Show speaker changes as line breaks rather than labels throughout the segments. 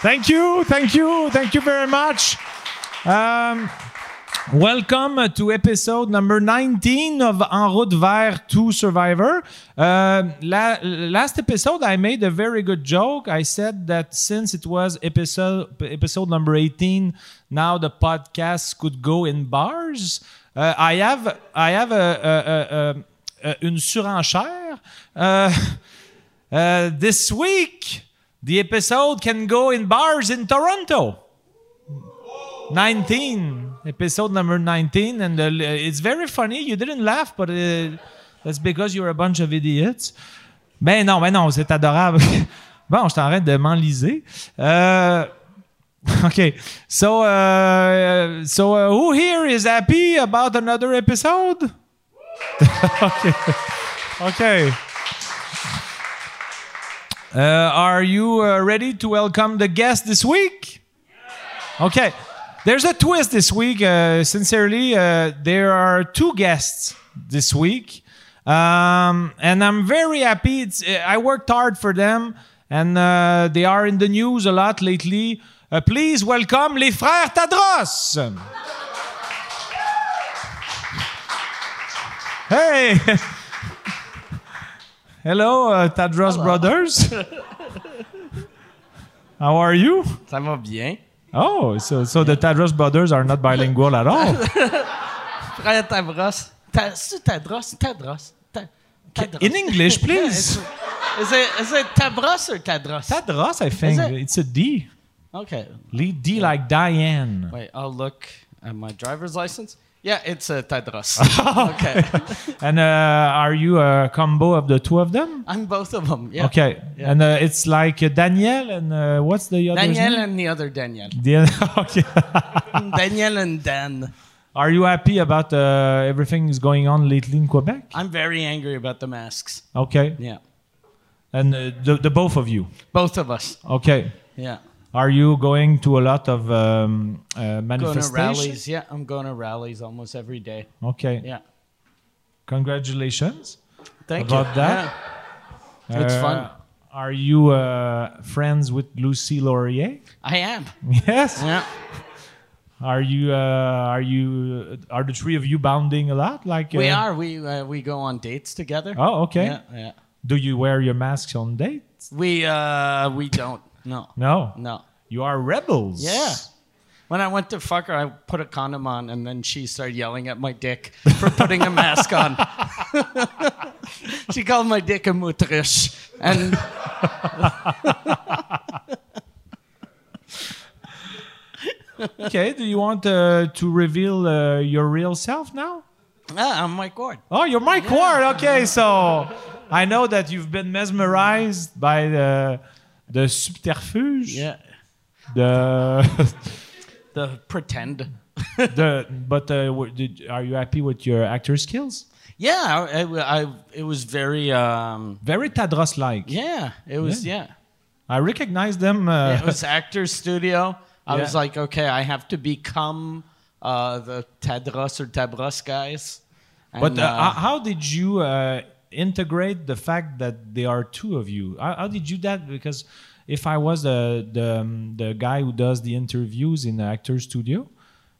Thank you, thank you, thank you very much. Um, welcome to episode number 19 of En route vers to Survivor. Uh, la, last episode, I made a very good joke. I said that since it was episode episode number 18, now the podcast could go in bars. Uh, I have I have a, a, a, a une surenchère. Uh, uh, this week, the episode can go in bars in Toronto. 19, episode number 19. And uh, it's very funny. You didn't laugh, but uh, that's because you're a bunch of idiots. Ben non, ben non, c'est adorable. bon, je suis en train de m'enliser. Euh, okay, so, uh, so uh, who here is happy about another episode? okay. okay. Uh, are you uh, ready to welcome the guest this week? Okay. There's a twist this week. Uh, sincerely, Uh, there are two guests this week. Um, and I'm very happy. It's, uh, I worked hard for them, and uh, they are in the news a lot lately. Uh, please welcome les frères Tadros. Hey! Hello, uh, Tadros
Hello.
Brothers. How are you?
Ça va bien.
Oh, so, so the Tadros Brothers are not bilingual at all.
Frère Tavros. Ta, c'est Tadros? Tadros. Ta, Tadros.
In English, please.
is, it, is it Tabros or Tadros?
Tadros, I think.
Is it-
It's a D.
okay.
Le- D like Diane.
Wait, I'll look at my driver's license. Yeah, it's uh, a Tadros. okay.
And uh, are you a combo of the two of them?
I'm both of them. Yeah.
Okay.
Yeah.
And uh, it's like uh, Daniel and uh, what's the other
Daniel
name?
and the other Daniel.
Daniel. okay.
Daniel and Dan.
Are you happy about uh, everything is going on lately in Quebec?
I'm very angry about the masks.
Okay.
Yeah.
And uh, the, the both of you.
Both of us.
Okay.
Yeah.
Are you going to a lot of um, uh,
Going to
manifestations?
rallies. Yeah, I'm going to rallies almost every day.
Okay.
Yeah.
Congratulations.
Thank you.
About that?
Yeah. It's fun.
Are you uh, friends with Lucy Laurier?
I am.
Yes.
Yeah.
Are you? Uh, are you? Are the three of you bounding a lot? Like
We
uh,
are. We uh, we go on dates together.
Oh, okay.
Yeah, yeah.
Do you wear your masks on dates?
We uh we don't. No.
No.
No.
You are rebels.
Yeah. When I went to fuck her, I put a condom on, and then she started yelling at my dick for putting a mask on. she called my dick a mutrish, and
Okay. Do you want uh, to reveal uh, your real self now?
Ah, I'm Mike Ward.
Oh, you're Mike Ward. Okay, so I know that you've been mesmerized by the the subterfuge,
Yeah.
the
The pretend.
the. But uh, were- did, are you happy with your actor skills?
Yeah, I, I, I- it was very um.
Very Tadros-like.
Yeah, it was
Yeah.
yeah.
I recognize them. Uh,
it was actor's studio. I was
Yeah.
like, okay, I have to become uh, the Tadros or Tabros guys. And,
but uh, how- how did you uh, integrate the fact that there are two of you? How, how did you that? Because if I was the the, um, the guy who does the interviews in the actor studio,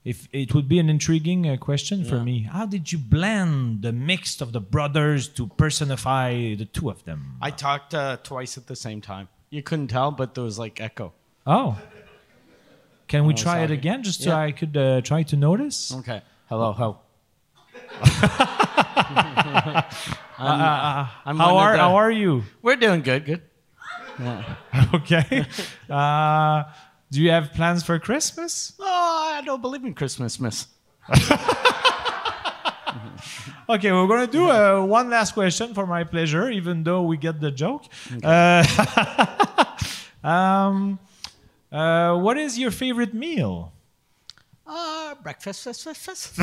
if it would be an intriguing uh, question for me. How did you blend the mix of the brothers to personify the two of them?
I talked uh, twice at the same time. You couldn't tell, but there was like echo.
Oh. Can we try it
Oh, sorry.
again just so
Yeah.
I could uh, try to notice?
Okay. Hello, ho. I'm
Uh, How
one of
are,
the-
how are you?
We're doing good, good.
Okay. uh, do you have plans for Christmas?
Oh, I don't believe in Christmas, miss.
Okay, we're going to do uh, one last question for my pleasure, even though we get the joke. Uh, um, uh, what is your favorite meal?
Uh, breakfast, fest, fest, fest.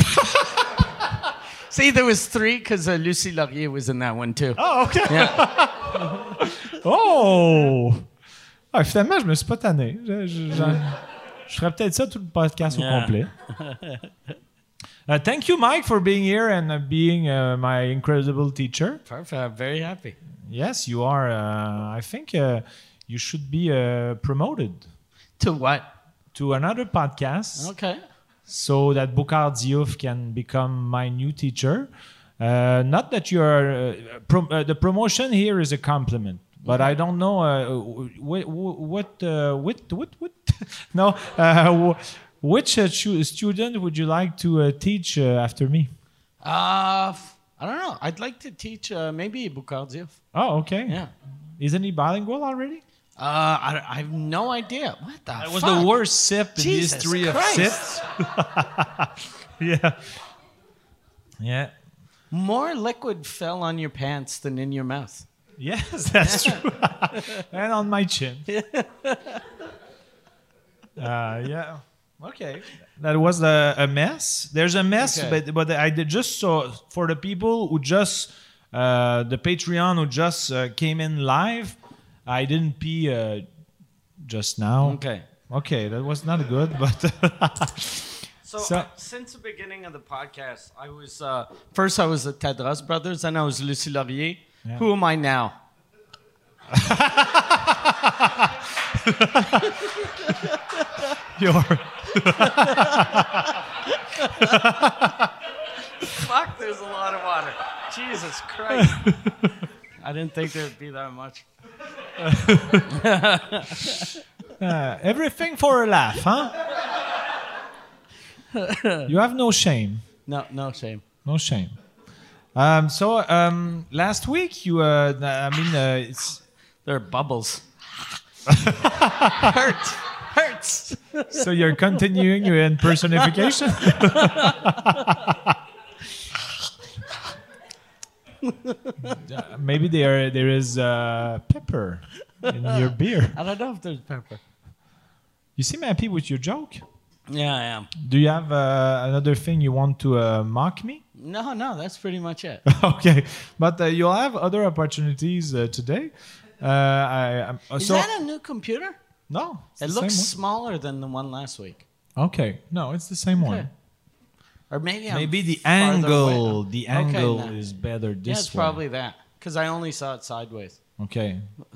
See, there was three because uh, Lucy Laurier was in that one too.
Oh, okay.
Yeah.
Oh! Ah, finalement, je me suis pas tanné. Je, je- j'en- je ferais peut-être ça tout le podcast au
Yeah.
complet. Uh, thank you, Mike, for being here and uh, being uh, my incredible teacher.
Perfect. I'm very happy.
Yes, you are. Uh, I think uh, you should be uh, promoted.
To what?
to another podcast
Okay.
so that Bukar Diouf can become my new teacher. Uh, not that you're uh, pro- uh, the promotion here is a compliment, but I don't know uh, what what uh, what what what no uh, wh- which uh, chu- student would you like to uh, teach uh, after me?
Uh, f- I don't know. I'd like to teach uh, maybe Bukhar Diouf.
Oh, okay.
Yeah.
Isn't he bilingual already?
Uh, I, I have no idea. What the
That was
fuck?
the worst sip in
Jesus
the history
Christ.
of sips. yeah. Yeah.
More liquid fell on your pants than in your mouth.
Yes, that's true. and on my chin. uh, yeah.
Okay.
That was a, a mess. There's a mess,
Okay.
but but I did just so for the people who just uh, the Patreon who just uh, came in live. I didn't pee uh, just now.
Okay.
Okay, that was not good, but
So,
So-
uh, since the beginning of the podcast, I was uh, first I was the Tadras brothers, then I was Lucy Laurier.
Yeah.
Who am I now?
you're
Fuck, there's a lot of water. Jesus Christ. I didn't think there'd be that much.
uh, everything for a laugh, huh? you have no shame.
No, no shame.
No shame. Um, so um, last week you, uh, th- I mean, uh, it's
There are bubbles. Hurts. Hurts.
so you're continuing your impersonification. Uh, Maybe there there is uh, pepper in your beer.
I don't know if there's pepper.
You seem happy with your joke.
Yeah, I am.
Do you have uh, another thing you want to uh, mock me?
No, no, that's pretty much it.
Uh, okay, but uh, you'll have other opportunities uh, today. Uh, I, I'm, uh,
Is
so
that a new computer?
no, it's
It
the same
looks
one.
smaller than the one last week.
Okay, no, it's the same
Okay.
one.
Or maybe I'm
Maybe the
farther away.
angle, the
Okay,
angle
no.
is better this
Yeah, it's
way.
probably Mm. that. Because I only saw it sideways.
Okay.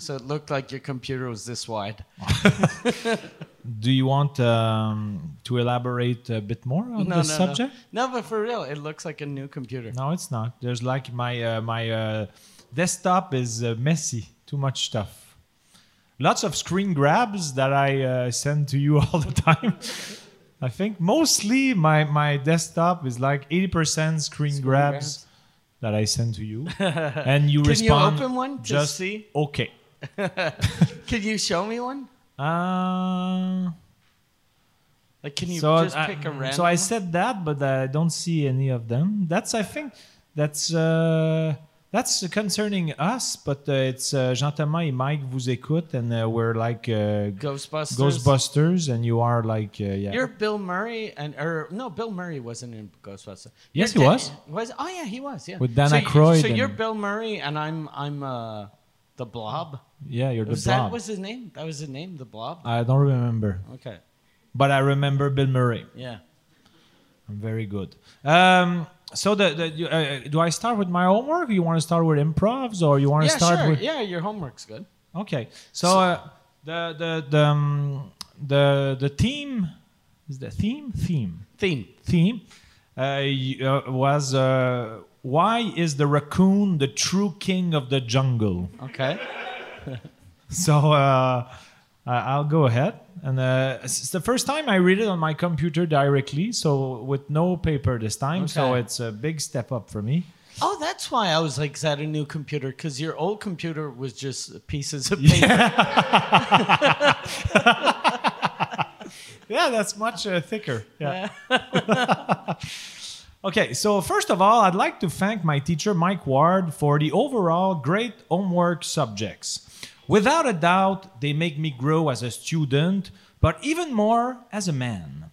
So it looked like your computer was this wide.
Do you want um, to elaborate a bit more on
no,
the
no,
subject?
No. no, but for real, it looks like a new computer.
No. it's not. There's like my uh, my uh, desktop is uh, messy. Too much stuff. Lots of screen grabs that I uh, send to you all the time. I think mostly my my desktop is like 80% screen, grabs,
grabs.
that I send to you, and you
Can
respond.
you open one to
just
see?
okay.
Can you show me one?
Uh,
Like, can you
so,
just
I,
pick a random?
so I
one?
said that, but I don't see any of them. That's I think that's uh, that's concerning us, but uh, it's uh, Jean Thomas et Mike vous écoutent, and uh, we're like uh,
Ghostbusters.
Ghostbusters, and you are like uh, yeah.
You're Bill Murray, and or no, Bill Murray wasn't in Ghostbusters.
Yes,
You're
he
Da-
was.
Was oh yeah, he was. Yeah.
With Dan
so,
Aykroyd
You, so
and-
you're Bill Murray, and I'm I'm uh, the Blob.
yeah, you're the
was
blob.
that was his name? That was his name, the Blob.
I don't remember,
Okay.
but I remember Bill Murray.
Yeah.
Very good. Um, so the, the you- uh, do I start with my homework? You want to start with improvs, or you want to
yeah,
start
sure.
with?
Yeah, your homework's good.
Okay. So, uh, the the the, um, the the theme is the theme theme
Theme.
theme uh, y- uh, was uh, why is the raccoon the true king of the jungle?
Okay.
So uh, I- I'll go ahead. And uh, it's the first time I read it on my computer directly, so with no paper this time. So
Okay.
it's a big step up for me.
Oh, that's why I was like, is that a new computer? Because your old computer was just pieces of paper.
Yeah, that's much uh, thicker. Yeah. okay, so first of all, I'd like to thank my teacher, Mike Ward, for the overall great homework subjects. Without a doubt, they make me grow as a student, but even more as a man.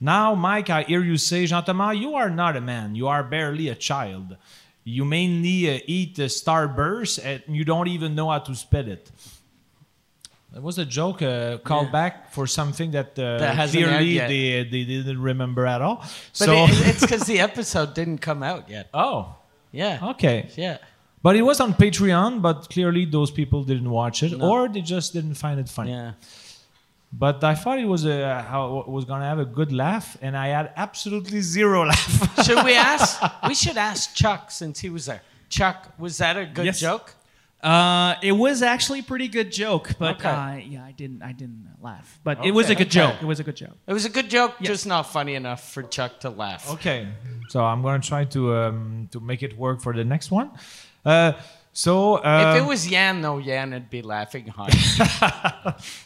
Now, Mike, I hear you say, Jean Thomas, you are not a man. You are barely a child. You mainly uh, eat uh, Starburst and you don't even know how to spell it. That was a joke, uh, call
Yeah.
back for something that, uh,
That hasn't aired
clearly
yet.
they, they didn't remember at all.
But
so,
it, it's because the episode didn't come out yet.
oh,
Yeah.
okay.
Yeah.
But it was on Patreon, but clearly those people didn't watch it
No.
or they just didn't find it funny.
Yeah.
But I thought it was a, how was gonna have a good laugh, and I had absolutely zero laugh.
Should we ask? we should ask Chuck since he was there. Chuck, was that a good
Yes.
joke?
Uh, it was actually a pretty good joke, but
Okay.
uh, yeah, I didn't, I didn't laugh. But it was a
Okay.
good joke. It was a good joke.
It was a good joke, just not funny enough for Chuck to laugh.
okay, so I'm gonna try to um, to make it work for the next one. Uh, so uh,
if it was Yan, though, Yan would be laughing hard.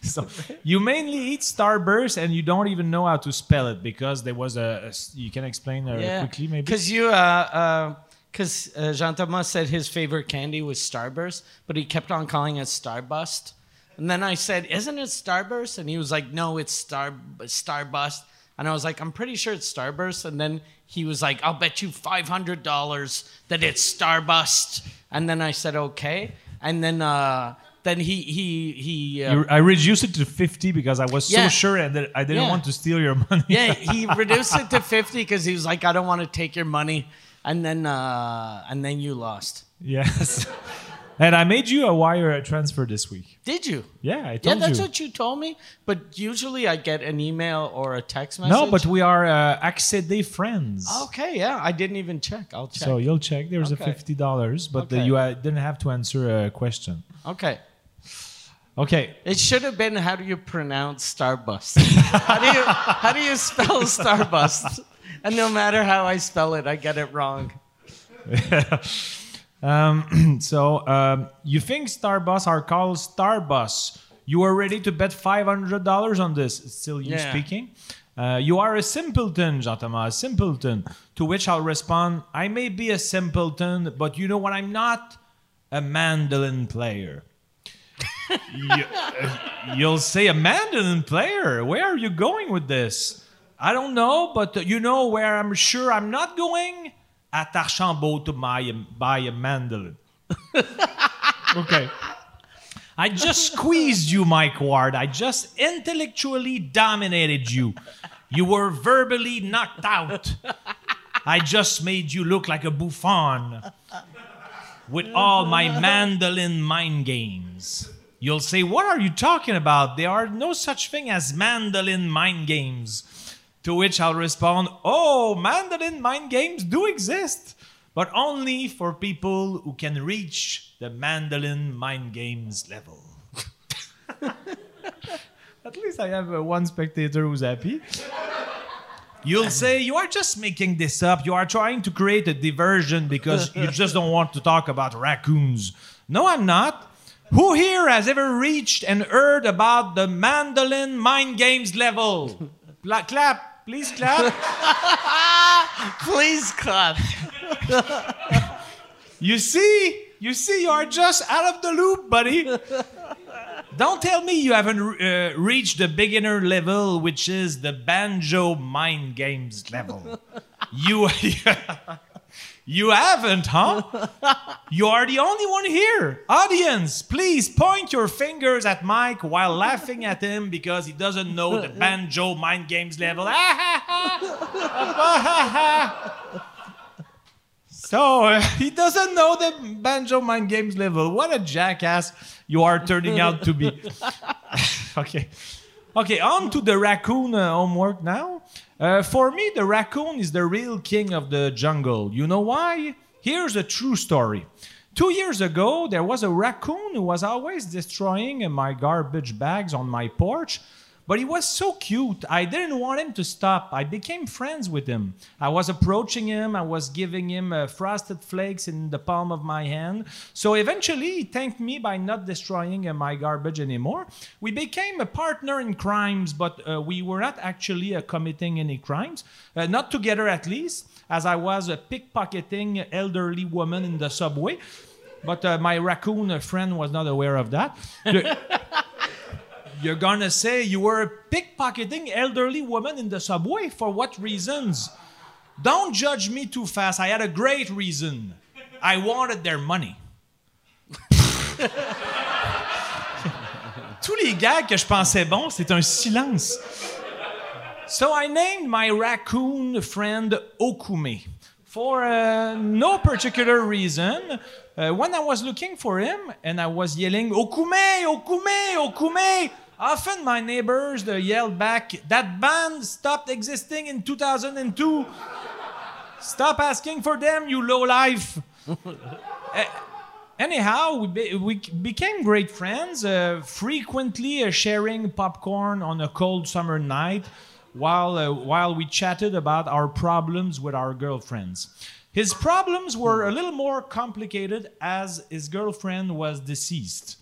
so you mainly eat Starburst, and you don't even know how to spell it because there was a. a s- you can explain uh, quickly, maybe.
Because you, uh, because uh, Jean Thomas said his favorite candy was Starburst, but he kept on calling it Starbust. And then I said, "Isn't it Starburst?" And he was like, "No, it's Star Starbust." And I was like, "I'm pretty sure it's Starburst." And then he was like, "I'll bet you five hundred dollars that it's Starbust." And then I said, "Okay." And then, uh, then he he he. Uh,
You- I reduced it to 50 because I was so
Yeah.
sure and that I didn't
Yeah.
want to steal your money.
yeah, he reduced it to fifty because he was like, "I don't want to take your money." And then, uh, and then you lost.
Yes. and I made you a wire transfer this week.
Did you?
Yeah, I
Yeah,
told
that's
you.
what you told me. But usually I get an email or a text message.
no, but we are uh, Accédé friends.
Oh, okay, yeah, I didn't even check. I'll check.
So you'll check. There's
Okay.
a fifty dollars, but the-
Okay.
you uh, didn't have to answer a question.
okay,
Okay,
it should have been how do you pronounce Starburst? how do you how do you spell Starburst? And no matter how I spell it, I get it wrong.
um, so um, you think Starbus are called Starbus? You are ready to bet five hundred dollars on this. It's Still you
Yeah.
speaking? Uh, you are a simpleton, Jatama, a simpleton. To which I'll respond, I may be a simpleton, but you know what? I'm not a mandolin player. you, will say a mandolin player. Where are you going with this? I don't know, but you know where I'm sure I'm not going? At Archambault to buy a, buy a mandolin. okay. I just squeezed you, Mike Ward. I just intellectually dominated you. You were verbally knocked out. I just made you look like a buffon with all my mandolin mind games. You'll say, What are you talking about? There are no such thing as mandolin mind games. To which I'll respond, Oh, mandolin mind games do exist, but only for people who can reach the mandolin mind games level. At least I have uh, one spectator who's happy. You'll say you are just making this up. You are trying to create a diversion because you just don't want to talk about raccoons. No, I'm not. Who here has ever reached and heard about the mandolin mind games level? Pla- clap, please clap.
Please clap.
You see, you see, you are just out of the loop, buddy. Don't tell me you haven't uh, reached the beginner level, which is the banjo mind games level. You, you haven't, huh? You are the only one here. Audience, please point your fingers at Mike while laughing at him because he doesn't know the banjo mind games level. Ah, So uh, he doesn't know the banjo mind games level. What a jackass you are turning out to be. okay. Okay, on to the raccoon uh, homework now. Uh, for me, the raccoon is the real king of the jungle. You know why? Here's a true story. Two years ago, there was a raccoon who was always destroying uh, my garbage bags on my porch. But he was so cute. I didn't want him to stop. I became friends with him. I was approaching him. I was giving him uh, frosted flakes in the palm of my hand. So eventually, he thanked me by not destroying uh, my garbage anymore. We became a partner in crimes, but uh, we were not actually uh, committing any crimes. Uh, not together, at least, as I was uh, pickpocketing elderly woman in the subway. But uh, my raccoon uh, friend was not aware of that. The- you're gonna say you were pickpocketing elderly women in the subway for what reasons? Don't judge me too fast. I had a great reason. I wanted their money. Tous les gars que je pensais bon, c'est un silence. So I named my raccoon friend Okume for uh, no particular reason. Uh, when I was looking for him and I was yelling, Okume, Okume, Okume, Often my neighbors they yell back, that band stopped existing in 2002. Stop asking for them, you low life. Anyhow, we, be- we c- became great friends, uh, frequently uh, sharing popcorn on a cold summer night while, uh, while we chatted about our problems with our girlfriends. His problems were a little more complicated as his girlfriend was deceased.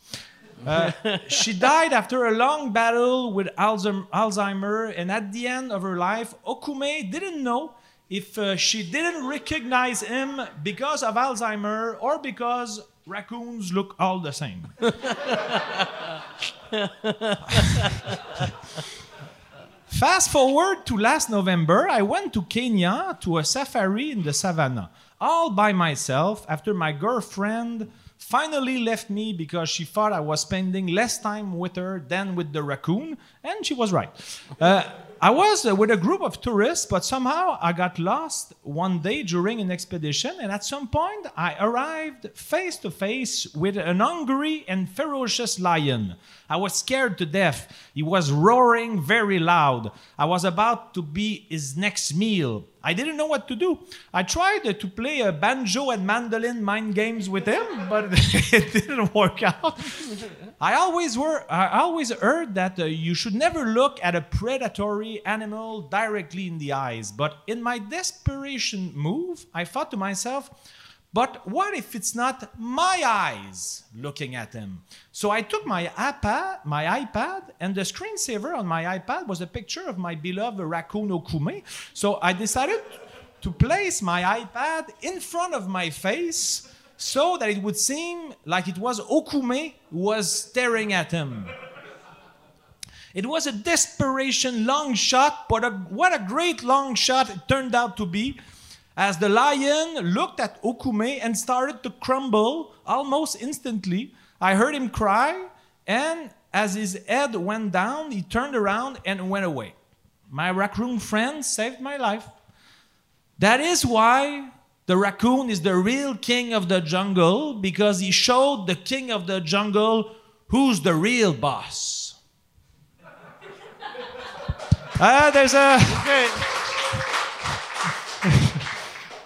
Uh, she died after a long battle with Alzheim- Alzheimer, and at the end of her life, Okume didn't know if uh, she didn't recognize him because of Alzheimer or because raccoons look all the same. Fast forward to last November, I went to Kenya to a safari in the savannah all by myself after my girlfriend finally left me because she thought I was spending less time with her than with the raccoon, and she was right. Uh, I was uh, with a group of tourists, but somehow I got lost one day during an expedition, and at some point I arrived face to face with an hungry and ferocious lion. I was scared to death. He was roaring very loud. I was about to be his next meal. I didn't know what to do. I tried uh, to play a banjo and mandolin mind games with him, but it didn't work out. I always were I always heard that uh, you should never look at a predatory animal directly in the eyes, but in my desperation move, I thought to myself, but what if it's not my eyes looking at him? So I took my iPad, my iPad, and the screensaver on my iPad was a picture of my beloved raccoon Okume. So I decided to place my iPad in front of my face so that it would seem like it was Okume who was staring at him. It was a desperation long shot, but a, what a great long shot it turned out to be as the lion looked at Okume and started to crumble almost instantly. I heard him cry, and as his head went down, he turned around and went away. My raccoon friend saved my life. That is why the raccoon is the real king of the jungle because he showed the king of the jungle who's the real boss. Ah, there's a.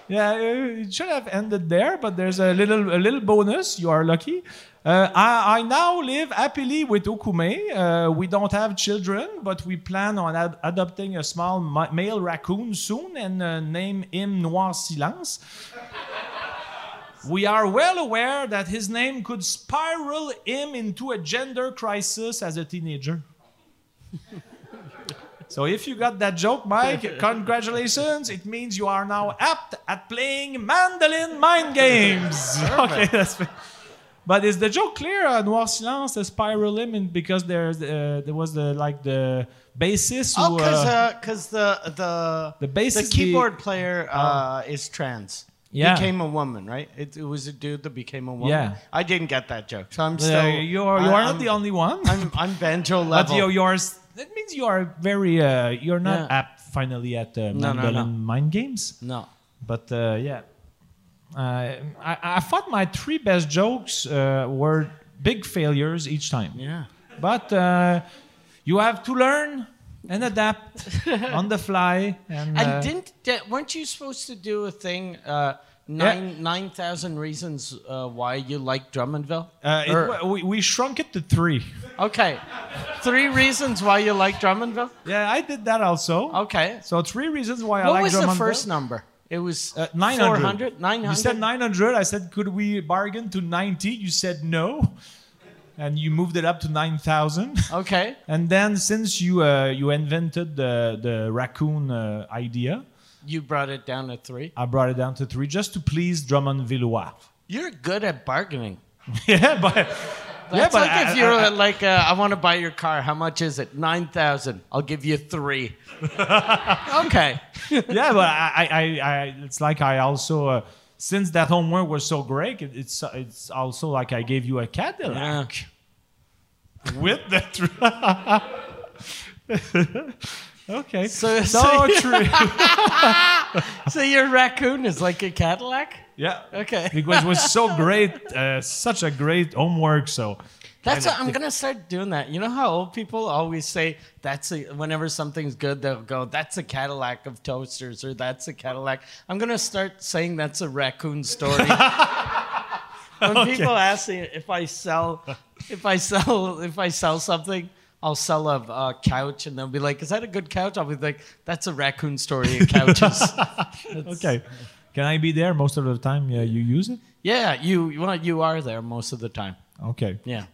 Yeah, uh, it should have ended there, but there's a little a little bonus. You are lucky. Uh, I, I now live happily with Okume. Uh, we don't have children, but we plan on ad- adopting a small ma- male raccoon soon and uh, name him Noir Silence. We are well aware that his name could spiral him into a gender crisis as a teenager. So if you got that joke, Mike, congratulations. It means you are now apt at playing mandolin mind games. okay, that's fair. But is the joke clear? Uh, Noir Silence, the Spiral Limb, and because there's uh, there was the like the bassist
Oh,
who
because
uh,
the the
The bass is the-
keyboard player uh, is trans.
Yeah.
became a woman, right? It, it was a dude that became a woman.
Yeah.
I didn't get that joke, so I'm
uh,
still.
you are you
I-
are
I'm-
not the only one.
I'm I'm banjo
but
level.
you you are s- that means you are very uh, you're not
Yeah.
apt finally at uh,
No, no,
mandolin
no.
mind games.
no.
But uh, yeah, uh, I, I thought my three best jokes uh, were big failures each time.
Yeah.
But uh, you have to learn and adapt on the fly. And,
And
uh,
didn't that, weren't you supposed to do a thing? Uh, Nine nine thousand reasons uh, why you like Drummondville.
uh, it
Or-
wa- we, we shrunk it to three.
okay, three reasons why you like Drummondville.
Yeah, I did that also.
Okay,
So three reasons why I
what
like
was the
Drummond
first
Bell.
number? It was
Uh, 900.
400? 900?
You said 900. I said, could we bargain to 90? You said no. And you moved it up to 9,000.
Okay.
And then since you uh, you invented the the raccoon uh, idea,
You brought it down to three.
I brought it down to three just to please Drummond Villois.
You're good at bargaining.
yeah, but yeah,
That's
but
like
I-
if you're
I- I-
like, uh, I want to buy your car. How much is it? 9,000. I'll give you three. okay.
yeah, but I, I, I, I it's like I also uh, since that homework was so great, it, it's it's also like I gave you a Cadillac
Yeah.
with the. tr- okay,
So-
so
so-
true.
So your raccoon is like a Cadillac?
yeah.
Okay.
because it was so great, uh, such a great homework. So
That's what, I'm gonna start doing that. You know how old people always say that's a, whenever something's good, they'll go, "That's a Cadillac of toasters" or "That's a Cadillac." I'm gonna start saying that's a raccoon story. when people ask me if I sell, if I sell, if I sell something, I'll sell a uh, couch, and they'll be like, "Is that a good couch?" I'll be like, "That's a raccoon story of couches."
Okay. Can I be there most of the time? Yeah, you use it.
yeah, you well, you are there most of the time.
Okay.
Yeah.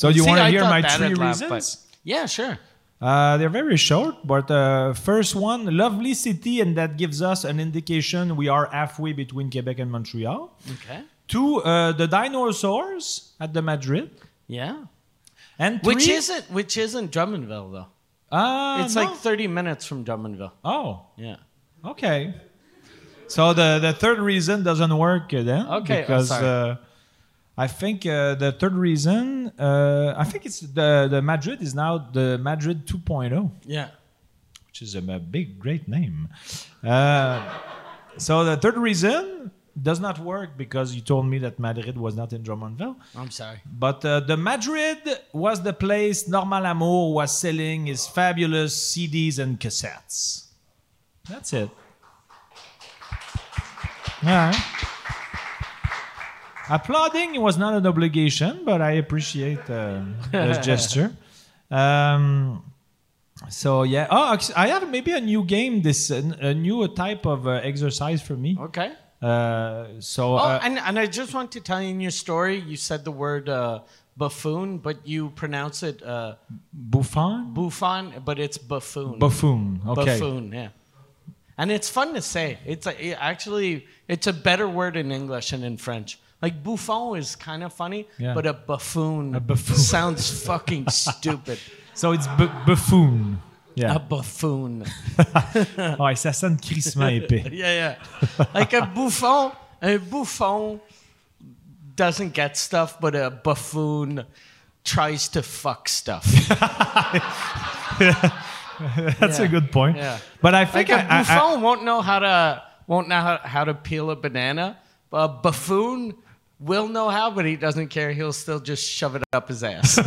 So you
See,
want to
I
hear my
thought that
three
I'd laugh,
reasons?
but- yeah, sure.
Uh, they're very short, but uh, first one, lovely city, and that gives us an indication we are halfway between Quebec and Montreal.
Okay.
Two, uh, the dinosaurs at the Madrid,
Yeah.
and
Which
three-
isn't which isn't Drummondville though.
Ah,
It's
no.
like 30 minutes from Drummondville.
oh,
Yeah.
okay. So the the third reason doesn't work uh, then.
Okay, I'm
because
sorry.
uh, I think uh, the third reason, uh, I think it's the the Madrid is now the Madrid 2.0.
Yeah.
which is a, a big, great name. Uh, so the third reason does not work because you told me that Madrid was not in Drummondville.
I'm sorry.
But uh, the Madrid was the place Normal Amour was selling his fabulous CDs and cassettes. That's it. Yeah. Applauding was not an obligation, but I appreciate uh, the gesture. Um, so yeah. Oh, ex- I have maybe a new game. This uh, a new type of uh, exercise for me.
Okay.
Uh, so.
Oh,
uh,
and, and I just want to tell you in your story, you said the word uh, buffoon, but you pronounce it uh,
Buffon?
buffon, but it's buffoon.
Buffoon. Okay.
Buffoon, yeah. And it's fun to say. It's a, it actually it's a better word in English and in French. Like buffon is kind of funny,
Yeah.
but a buffoon,
A buffoon.
sounds fucking stupid.
So it's bu- buffoon. oh,
A
Yeah.
buffoon.
ouais, ça sonne crissement épais.
Yeah, yeah. Like a buffon, a buffon doesn't get stuff, but a buffoon tries to fuck stuff.
That's a
Yeah.
good point.
Yeah.
But I think
Like a
I- I- I-
buffon won't know how to won't know how, how to peel a banana. A buffoon will know how, but he doesn't care. He'll still just shove it up his ass.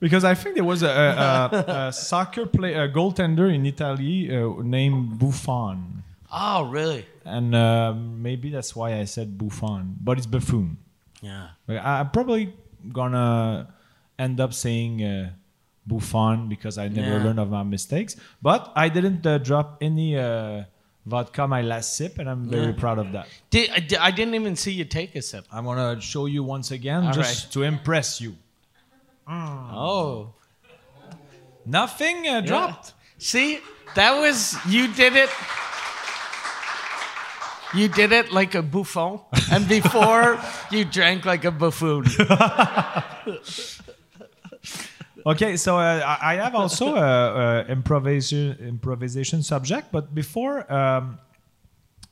because I think there was a, a, a, a soccer play, a goaltender in Italy uh, named Buffon,
oh, really?
and uh, maybe that's why I said Buffon, but it's buffoon.
Yeah.
Like, I, I'm probably gonna end up saying uh, Buffon because I never
Yeah.
learned of my mistakes. But I didn't uh, drop any uh, vodka my last sip, and I'm very
Yeah.
proud of that.
Did, I, di- I didn't even see you take a sip.
I'm gonna show you once again
All
just to impress you.
Oh,
Nothing uh, dropped.
See, that was you did it. You did it like a buffon, and before you drank like a buffoon.
Okay, so uh, I I have also a, a improvisation improvisation subject, but before um,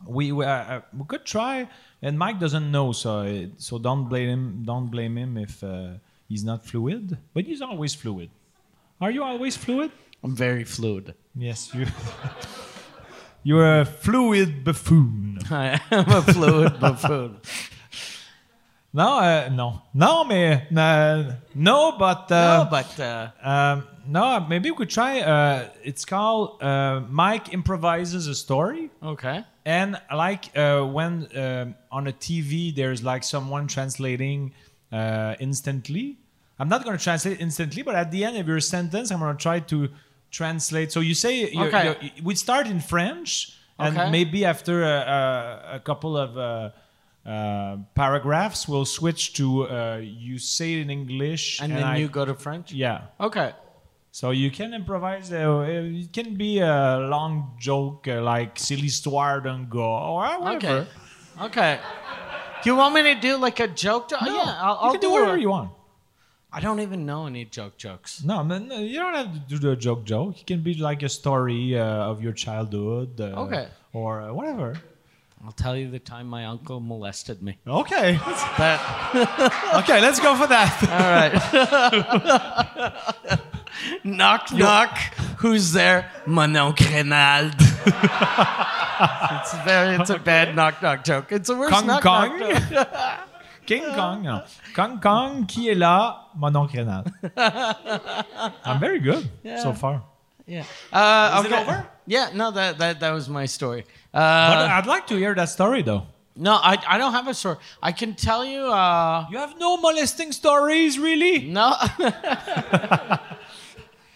we we, uh, uh, we could try. And Mike doesn't know, so it, so don't blame him. Don't blame him if uh, he's not fluid. But he's always fluid. Are you always fluid?
I'm very fluid.
Yes, you. You're a fluid buffoon.
I am a fluid buffoon.
No, uh, no, no, mais uh, no, but uh,
no, but uh,
Um, no, maybe we could try. Uh, it's called uh, Mike improvises a story,
okay.
and like uh, when um, on a TV, there's like someone translating uh, instantly. I'm not going to translate instantly, but at the end of your sentence, I'm going to try to translate. So you say you
Okay.
we start in French, and
Okay.
maybe after a, a, a couple of. Uh, uh, paragraphs will switch to uh, you say it in English
And, then
I-
you go to French.
yeah
Okay.
so you can improvise. Uh, it can be a long joke, uh, like silly story don't go or whatever.
Okay. Okay. Do you want me to do like a joke? jo-
No,
yeah, I'll,
you
I'll
can
do
do whatever
a-
you want.
I don't even know any joke jokes.
No, I mean, no, you don't have to do the joke. Joke. It can be like a story uh, of your childhood. Uh,
Okay.
Or uh, whatever.
I'll tell you the time my uncle molested me.
Okay.
That,
okay. Let's go for that.
all right. knock, knock. Who's there? Mon oncle Renald. it's very, it's a bad knock knock joke. It's a worse
Kong
knock
Kong.
knock joke.
King Kong, non. Kong Kong, qui est là? Mon oncle Rénal. I'm very good so far.
Yeah. Uh,
Is it
okay.
over?
Yeah. No, that that, that was my story.
But
Uh,
I'd like to hear that story though.
no, I, I don't have a story. I can tell you. Uh,
You have no molesting stories, really?
no.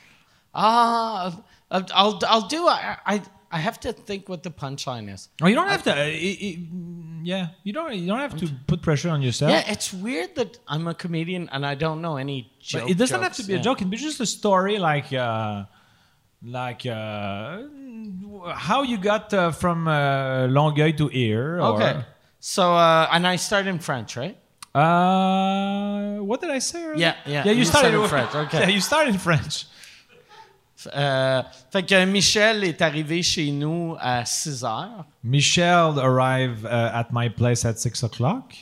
Ah, I'll, I'll I'll do. I, I I have to think what the punchline is.
Oh, you don't have to. uh, it- it- yeah, you don't. You don't have to put pressure on yourself.
Yeah, it's weird that I'm a comedian and I don't know any joke.
But it doesn't have
jokes,
to be
yeah.
a joke. It can be just a story, like, uh, like uh, how you got uh, from uh, Longueuil to here. or-
Okay. So uh, and I start in French, right?
Uh, what did I say? Earlier?
Yeah, yeah,
Yeah, you,
you
started,
said in
with-
French, okay.
Yeah, you started in French.
Euh, fait que Michel est arrivé chez nous à 6 heures.
Michel arrived uh, at my place at six o'clock.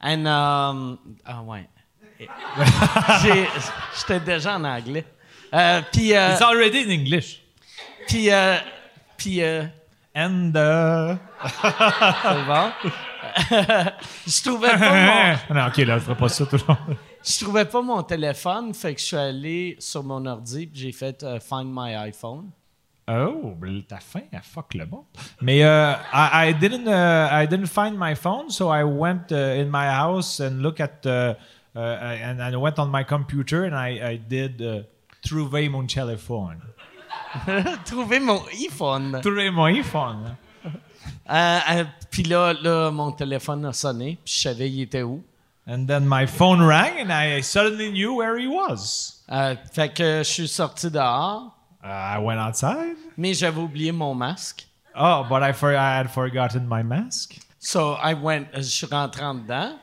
And, um, ah ouais. J'ai- J'étais déjà en anglais. Euh, Puis, euh,
It's already in English.
puis, euh, puis, euh,
And uh...
c'est bon. Ah. je trouvais pas mon,
non, ok, là, je ferai pas ça tout le long.
je trouvais pas mon téléphone, fait que je suis allé sur mon ordi puis j'ai fait euh, Find My iPhone.
Oh, ben, t'as faim, ah, fuck le monde. Mais euh, I, I didn't, uh, I didn't find my phone, so I went uh, in my house and look at, uh, uh, and I went on my computer and I, I did uh, trouver mon téléphone.
Trouver mon iPhone.
Trouver mon iPhone.
Euh, euh, puis là, là, mon téléphone a sonné, puis je savais il était où.
And then my phone rang and I suddenly knew where he was.
Euh, fait que je suis sorti dehors,
Uh, I went outside.
mais j'avais oublié mon masque.
Oh, but I, for- I had forgotten my mask.
So I went, euh, je suis rentré en dedans.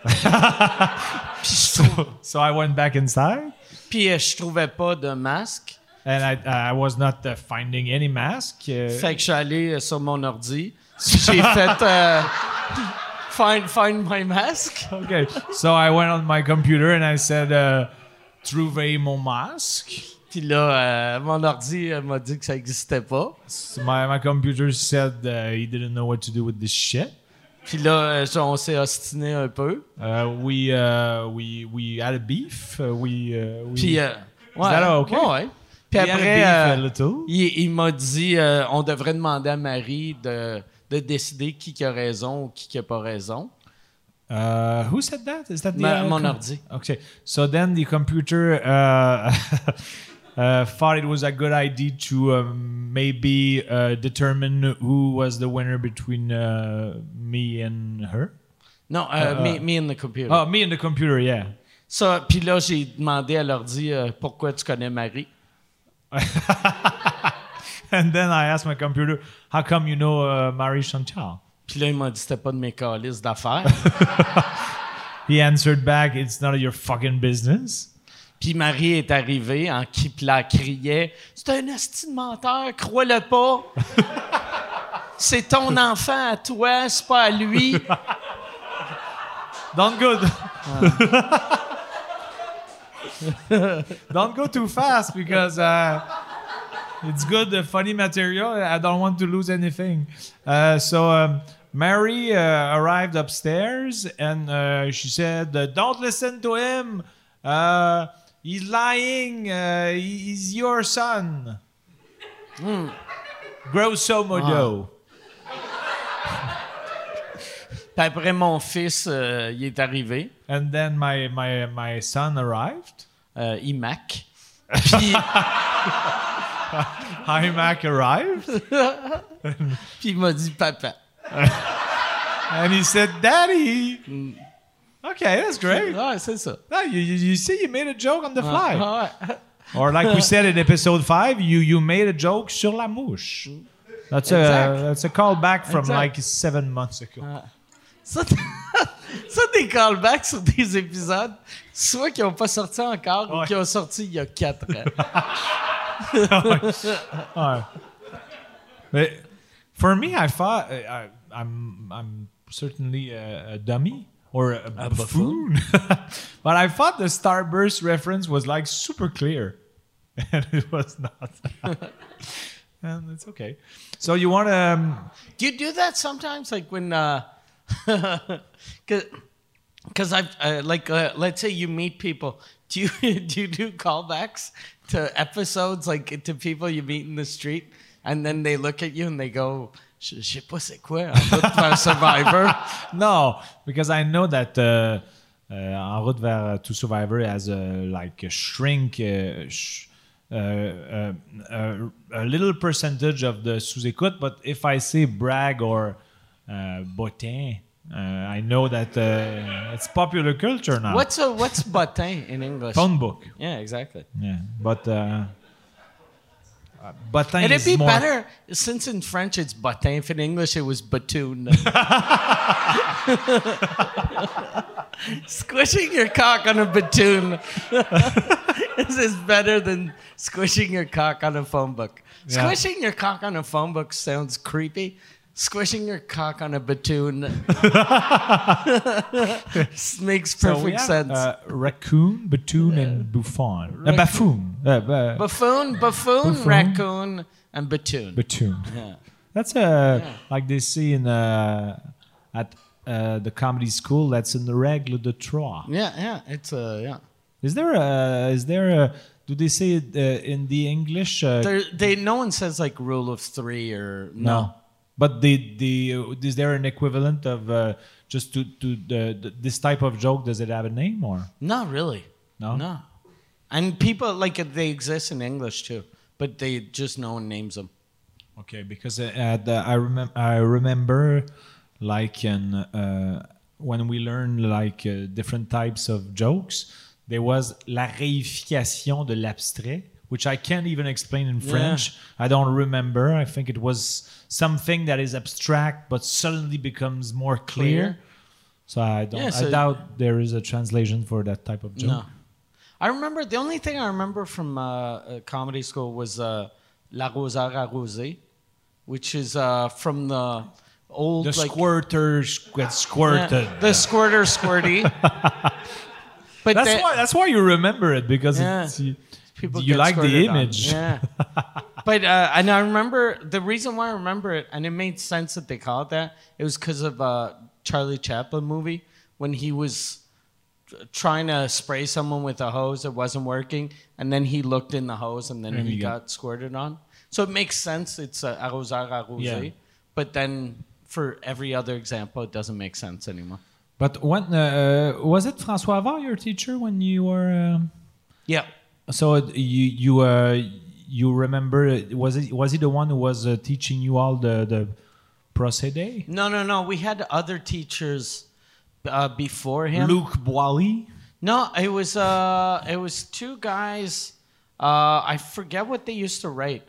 So I went back inside
Puis euh, je trouvais pas de masque.
and I, I was not uh, finding any mask. Uh,
Fait que je suis allé euh, sur mon ordi. J'ai fait euh, find, find my mask.
Okay, so I went on my computer and I said, uh, "Trouver mon masque."
Puis là, euh, mon ordi euh, m'a dit que ça existait pas.
So my my computer said uh, he didn't know what to do with this shit.
Puis là, euh, ça, on s'est ostiné un peu.
Uh, we uh, we we had a beef. Uh, we uh, we
Puis, euh, ouais.
that okay?
Ouais, ouais. Puis
we had a beef
après,
a
euh,
little.
il, il m'a dit euh, on devrait demander à Marie de, de décider qui qui a raison ou qui qui a pas raison.
Uh, who said that? Is that the
Ma-
uh,
mon
com-
ordi.
Okay, so then the computer uh, uh, thought it was a good idea to um, maybe uh, determine who was the winner between uh, me and her.
Non, euh,
Ah,
me, me and the computer.
Oh, me and the computer, yeah.
Ça, puis là, j'ai demandé à l'ordi euh, pourquoi tu connais Marie.
And then I asked my computer, how come you know uh, Marie Chantal?
Puis là, il m'a dit c'était pas de mes calices d'affaires.
He answered back, it's none of your fucking business.
puis Marie est arrivée en qui la criait C'est un asti de menteur, crois-le pas. C'est ton enfant à toi, c'est pas à lui.
Don't go. don't go too fast because uh, it's good, uh, funny material. I don't want to lose anything. Uh, so um, Mary uh, arrived upstairs and uh, she said, uh, "Don't listen to him. Uh, he's lying. Uh, he- he's your son." Grosso modo.
Puis après, mon fils, euh, il est arrivé,
And then my my my son arrived.
euh, IMAC. Puis,
Mac arrived.
puis il m'a dit Papa.
And he said, Daddy. Okay, that's great.
Ouais, c'est ça.
No, you, you, you see, you made a joke on the fly.
Ah, ouais.
or like we said in episode five, you you made a joke sur la mouche. That's a
Exact.
that's a callback from
Exact.
like seven months ago.
Ça, ça, des callbacks sur des épisodes, soit qui n'ont pas sorti encore
Ouais.
ou qui ont sorti il y a quatre ans.
All right. But for me, I thought uh, I, I, am I'm certainly a, a dummy or a, a buffoon, but I thought the Starburst reference was like super clear, and it was not. and it's okay. So you want to? Um,
Do you do that sometimes? Like when. Uh, 'cause Because I've uh, like, uh, let's say you meet people. Do you do you do callbacks to episodes like to people you meet in the street, and then they look at you and they go, "Je, je sais pas c'est quoi." I looked for a survivor.
No, because I know that uh, uh, En route vers To Survivor has a like a shrink, uh, sh- uh, uh, uh, a little percentage of the sous-écoute, but if I say brag or uh, bottin, uh, I know that uh, it's popular culture now.
What's a what's bottin in English?
phone book?
Yeah, exactly.
Yeah, but uh, uh, bottin
It'd
is
be
more-
better since in French it's bottin. If in English it was batoon. squishing your cock on a batoon is is better than squishing your cock on a phone book.
Yeah.
Squishing your cock on a phone book sounds creepy. Squishing your cock on a batoon makes
So we
perfect
have,
sense.
Uh, raccoon, batoon, and buffon. Uh, buffoon. Uh, bu-
buffoon, buffoon,
Buffoon.
raccoon, and batoon.
Batoon.
Yeah.
That's uh, like they see in uh, at uh, the comedy school. That's in the règle de trois.
yeah, yeah, it's uh, yeah.
Is there a? Is there a? Do they say it uh, in the English? Uh,
There, they no one says like rule of three or
no. But the the uh, is there an equivalent of uh, just to to the, the, this type of joke? Does it have a name or
not really,
No?
no. And people like they exist in English too, but they just no one names them.
Okay, because uh, at the, I remember I remember like in, uh, when we learned like uh, different types of jokes, there was la réification de l'abstrait, which I can't even explain in French. I don't remember. I think it was something that is abstract but suddenly becomes more clear.
Clear.
So I don't.
Yeah,
I
so-
doubt there is a translation for that type of joke.
No, I remember the only thing I remember from uh, uh, comedy school was uh, La Rosara Rosée, which is uh, from the old
The
like
squirter squ- that squirted.
Yeah, the squirter squirty. but
that's
they-
why. That's why you remember it because
Yeah.
it's. You,
people
you
get
like the
squirted on.
image.
Yeah. but uh, and I remember the reason why I remember it, and it made sense that they call it that. It was because of uh, Charlie Chaplin movie when he was trying to spray someone with a hose it wasn't working and then he looked in the hose and then
And
he
you got-
got squirted on so it makes sense it's a arrosar arrosé
Yeah.
but then for every other example it doesn't make sense anymore
But when uh, was it François Havard, your teacher, when you were? um
yeah
so it- you you uh, you remember? uh, Was it was he the one who was uh, teaching you all the the procédé?
no no no we had other teachers uh, before him
Luke Boilly.
No, it was uh, it was two guys. Uh, I forget what they used to write.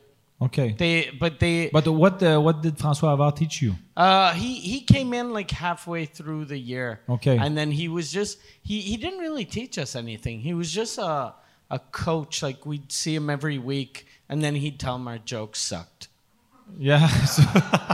Okay.
They, but they,
But what uh, what did François Havard teach you?
uh, he he came in like halfway through the year.
Okay.
and then he was just he he didn't really teach us anything. He was just a a coach. Like we'd see him every week, and then he'd tell him our jokes sucked.
Yeah. so-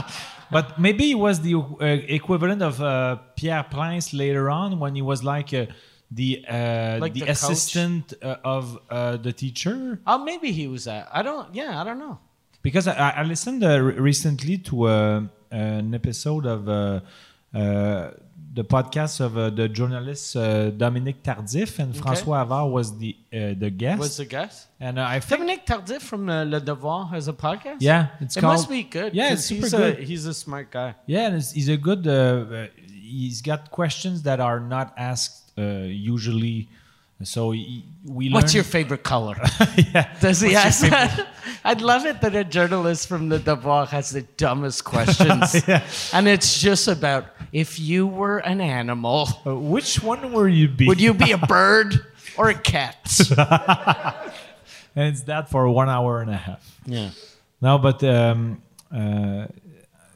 but maybe it was the uh, equivalent of uh, Pierre Prince later on when he was like uh, the uh,
Like
the,
the coach?
assistant uh, of uh, the teacher.
Oh, maybe he was that. I don't. Yeah, I don't know.
Because I, I I listened uh, re- recently to uh, an episode of uh, uh, the podcast of uh, the journalist uh, Dominique Tardif, and François Havard was the uh, the guest.
Was the guess?
and uh, I think,
Dominique Tardif from uh, Le Devoir has a podcast.
yeah, it's
It
called.
must be good.
Yeah,
'cause
it's super
he's
good.
A, he's a smart guy.
Yeah, and it's, he's a good. Uh, uh, he's got questions that are not asked uh, usually, so he, we.
What's your
learn-
favorite color?
yeah.
Does he ask that? I'd love it that a journalist from the Devoir has the dumbest questions.
Yeah.
And it's just about if you were an animal,
Uh, which one will you be?
would you be a bird or a cat?
And it's that for one hour and a half.
Yeah.
No, but um, uh,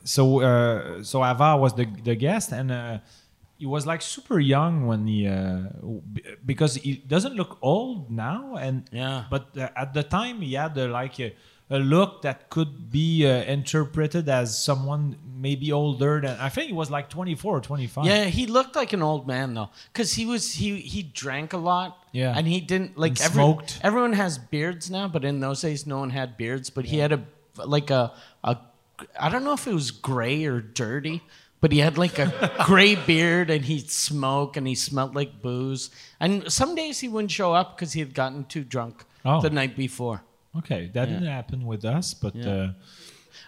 so uh, so Ava was the the guest, and uh, he was like super young when he uh, b- because he doesn't look old now, and
Yeah.
but uh, at the time he had uh, like a, a look that could be uh, interpreted as someone maybe older than I think he was like 24 or 25.
Yeah, he looked like an old man though, because he was he he drank a lot.
Yeah.
and he didn't like
And
every-
smoked.
Everyone has beards now, but in those days, no one had beards. But he had a like a a I don't know if it was gray or dirty, But he had like a gray beard and he'd smoke and he smelled like booze. And some days he wouldn't show up because he had gotten too drunk
Oh.
the night before.
Okay, that didn't happen with us, but uh,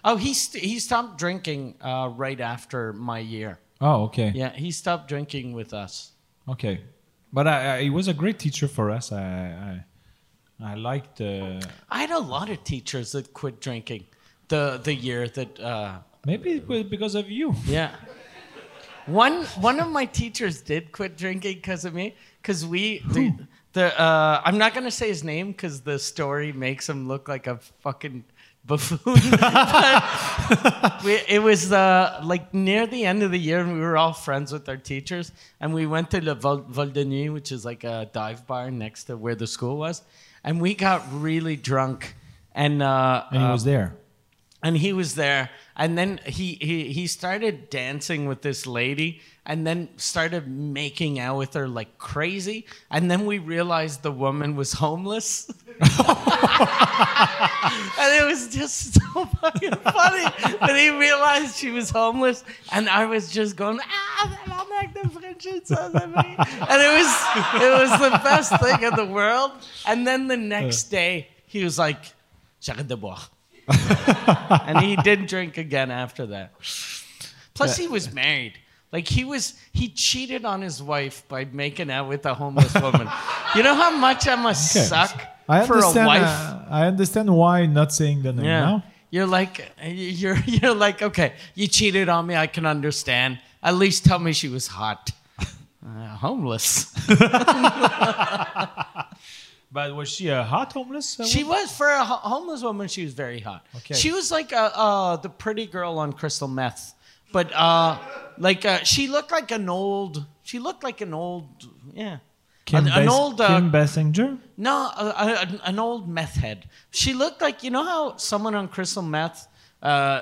Oh, he, st- he stopped drinking uh, right after my year.
oh, okay,
Yeah, he stopped drinking with us.
okay. But I, I, he was a great teacher for us. I, I, I liked. Uh,
I had a lot of teachers that quit drinking the, the year that. Uh,
maybe it was because of you.
Yeah. One one of my teachers did quit drinking because of me. Because we the, the uh, I'm not gonna say his name because the story makes him look like a fucking buffoon. But we, it was uh, like near the end of the year, and we were all friends with our teachers, and we went to the Val, Val de Nuit, which is like a dive bar next to where the school was, and we got really drunk. And uh,
And he
uh,
was there.
and he was there and then he, he he started dancing with this lady and then started making out with her like crazy and then we realized the woman was homeless and it was just so fucking funny that he realized she was homeless and i was just going ah I'm like the French and South Africa." and it was it was the best thing in the world and then the next day he was like j'arrête de boire and he didn't drink again after that. Plus, he was married. Like he was, he cheated on his wife by making out with a homeless woman. you know how much I must
Okay.
suck
I
for a
understand.
wife.
uh, I understand why not saying the name
yeah,
now.
you're like, you're you're like, okay, you cheated on me. I can understand. At least tell me she was hot. Uh, homeless.
But was she a hot homeless? uh,
She
woman?
was for a ho- homeless woman. She was very hot.
Okay.
She was like uh, uh, the pretty girl on crystal meth, but uh, like uh, she looked like an old. She looked like an old. Yeah.
Kim,
an, an
Bas-
old uh,
Kim Basinger.
no, a, a, an- an old meth head. She looked like you know how someone on crystal meth. Uh,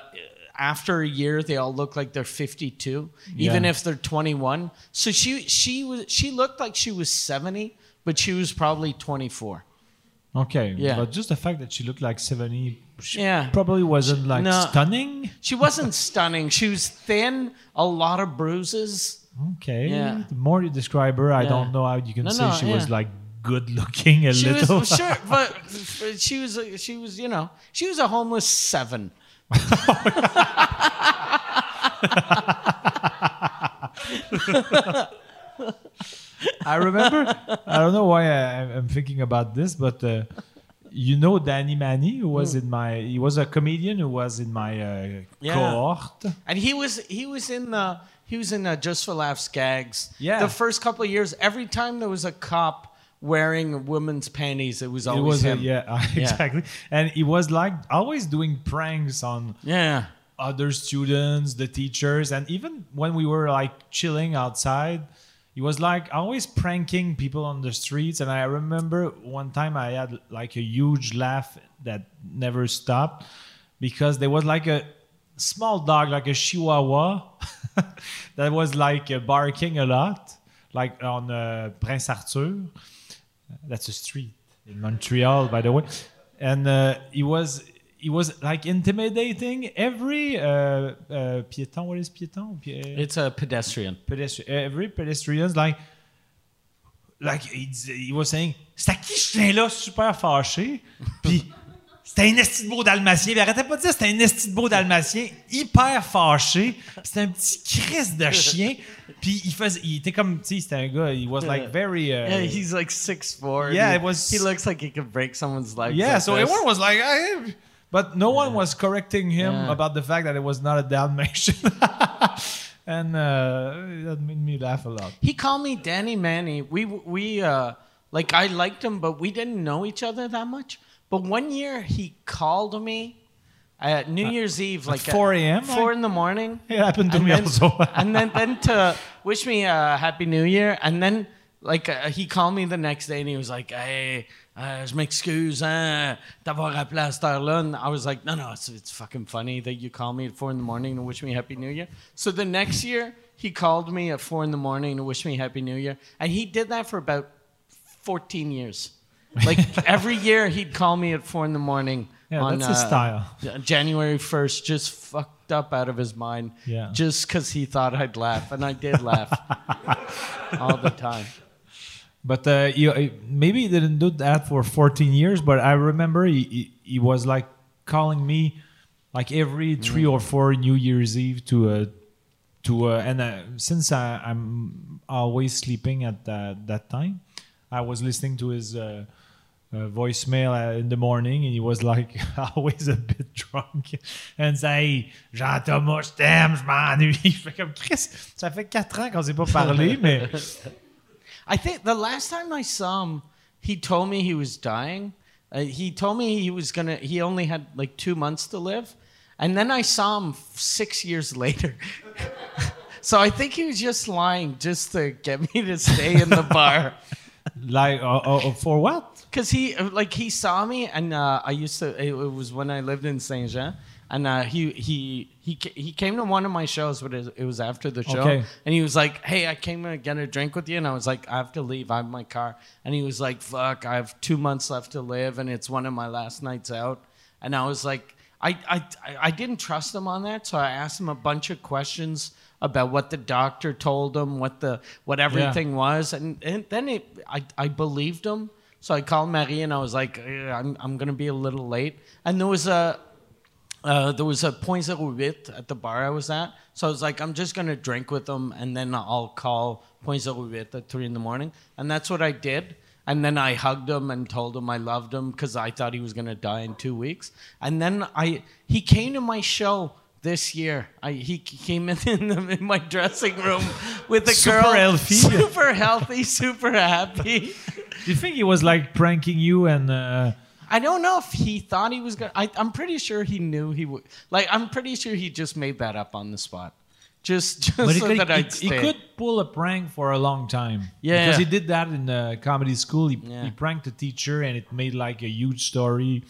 after a year, they all look like they're 52, even
Yeah.
if they're 21. So she she was she looked like she was 70, but she was probably 24.
Okay.
Yeah.
But just the fact that she looked like seventy, she
Yeah.
probably wasn't like
No.
stunning.
She wasn't stunning. She was thin, a lot of bruises.
Okay.
Yeah.
The more you describe her, I
Yeah.
don't know how you can
No,
say
no,
she was
yeah.
like good looking a
She
little.
was sure, but but she was she was you know she was a homeless seven.
I remember. I don't know why I, I'm thinking about this, but uh, you know Danny Manny, who was in my, he was a comedian who was in my uh,
Hmm. Yeah.
cohort.
And he was he was in the he was in the Just for Laughs gags.
Yeah.
The first couple of years, every time there was a cop wearing women's panties, it was
It
always
was a,
him.
yeah, exactly, and he was like always doing pranks on
Yeah.
other students, the teachers, and even when we were like chilling outside, he was like always pranking people on the streets. And I remember one time I had like a huge laugh that never stopped because there was like a small dog, like a Chihuahua, that was like uh, barking a lot, like on uh, Prince Arthur. That's a street in Montreal, by the way. And uh, he was he was like intimidating every uh, uh, piéton. What is piéton? Pi-
It's a pedestrian.
pedestri- every pedestrians like like he, dis- he was saying c'est à qui ce chien là super fâché puis c'était un esti de beau dalmatien il arrêtait pas de dire c'était un esti de beau dalmatien hyper fâché c'était un petit crise de chien puis il faisait il était comme tu sais c'était un gars he was like very uh,
Yeah, he's like six four.
Yeah,
he,
it was-
He looks like he could break someone's legs.
yeah,
like
so
this.
everyone was like, I, but no one was correcting him
Yeah.
about the fact that it was not a Dalmatian. and uh, that made me laugh a lot.
He called me Danny Manny. We we uh like I liked him, but we didn't know each other that much. But one year he called me at New Year's Eve, like
4 a.m.,
four
like?
in the morning.
It happened to me also.
and then then to wish me a happy new year, and then like uh, he called me the next day and he was like, "Hey, uh, je m'excuse hein, d'avoir appelé à cette heure-là." And I was like, "No, no, it's, it's fucking funny that you call me at four in the morning to wish me happy new year." So the next year he called me at four in the morning to wish me happy new year, and he did that for about fourteen years. Like every year he'd call me at four in the morning.
Yeah,
on,
that's his
uh,
style.
January 1st, just fuck fucked up out of his mind
Yeah.
just because he thought I'd laugh, and I did laugh all the time.
But uh, you, uh, maybe he didn't do that for 14 years, but I remember he, he, he was like calling me like every three or four New Year's Eve to uh, to uh, and uh, since I, I'm always sleeping at that, that time, I was listening to his uh, uh, voicemail uh, in the morning and he was like always a bit drunk and say Jean Thomas, je t'aime, je m'ennuie. Je fais comme Chris, ça fait quatre ans qu'on s'est pas parlé, mais
I think the last time I saw him, he told me he was dying. Uh, he told me he was gonna. He only had like two months to live, and then I saw him f- six years later. so I think he was just lying, just to get me to stay in the bar.
like uh, uh, for what?
Cause he uh, like he saw me, and uh, I used to. It, it was when I lived in Saint Jean, and uh, he he he ca- he came to one of my shows, but it, it was after the show,
Okay.
and he was like, "Hey, I came to get a drink with you," and I was like, "I have to leave. I have my car," and he was like, "Fuck, I have two months left to live, and it's one of my last nights out," and I was like. I, I, I- I didn't trust him on that, so I asked him a bunch of questions about what the doctor told him, what the what everything was, and, and then it, I I believed him. So I called Marie and I was like, "Eh, I'm I'm gonna be a little late, and there was a uh, there was a point zero eight at the bar I was at, so I was like, I'm just gonna drink with them, and then I'll call point zero eight at three in the morning, and that's what I did. And then I hugged him and told him I loved him because I thought he was gonna die in two weeks. And then I he came to my show this year. I he came in in, the, in my dressing room with a
Super
girl,
healthy.
super healthy, super happy.
Do you think he was like pranking you and uh,
I don't know if he thought he was gonna. I, I'm pretty sure he knew he would. Like, I'm pretty sure he just made that up on the spot, just just so
could,
that I'd
he,
stay.
could pull a prank for a long time?
Yeah.
because he did that in uh, comedy school. He,
Yeah.
he pranked a teacher, and it made like a huge story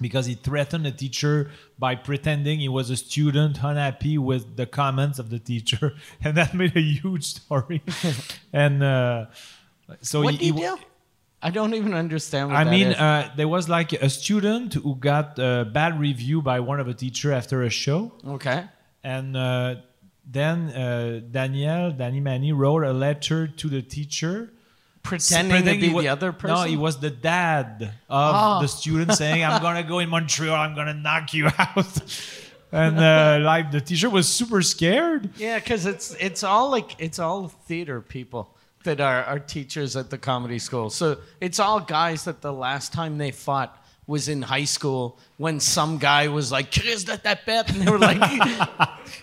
because he threatened a teacher by pretending he was a student unhappy with the comments of the teacher, and that made a huge story. and uh, so
what
he,
do you
he-
do? I don't even understand. What
I
that
mean,
is.
uh, there was like a student who got a bad review by one of a teacher after a show.
okay.
And uh, then uh, Daniel, Danny Manny wrote a letter to the teacher.
Pretending,
pretending
to
he
be
wa-
the other person.
No, he was the dad of
Oh.
the student saying, I'm going to go in Montreal, I'm going to knock you out. and uh, like the teacher was super scared.
Yeah, because it's it's all like it's all theater people that are, are teachers at the comedy school. So it's all guys that the last time they fought was in high school when some guy was like, Chris, let that bet. And they were like,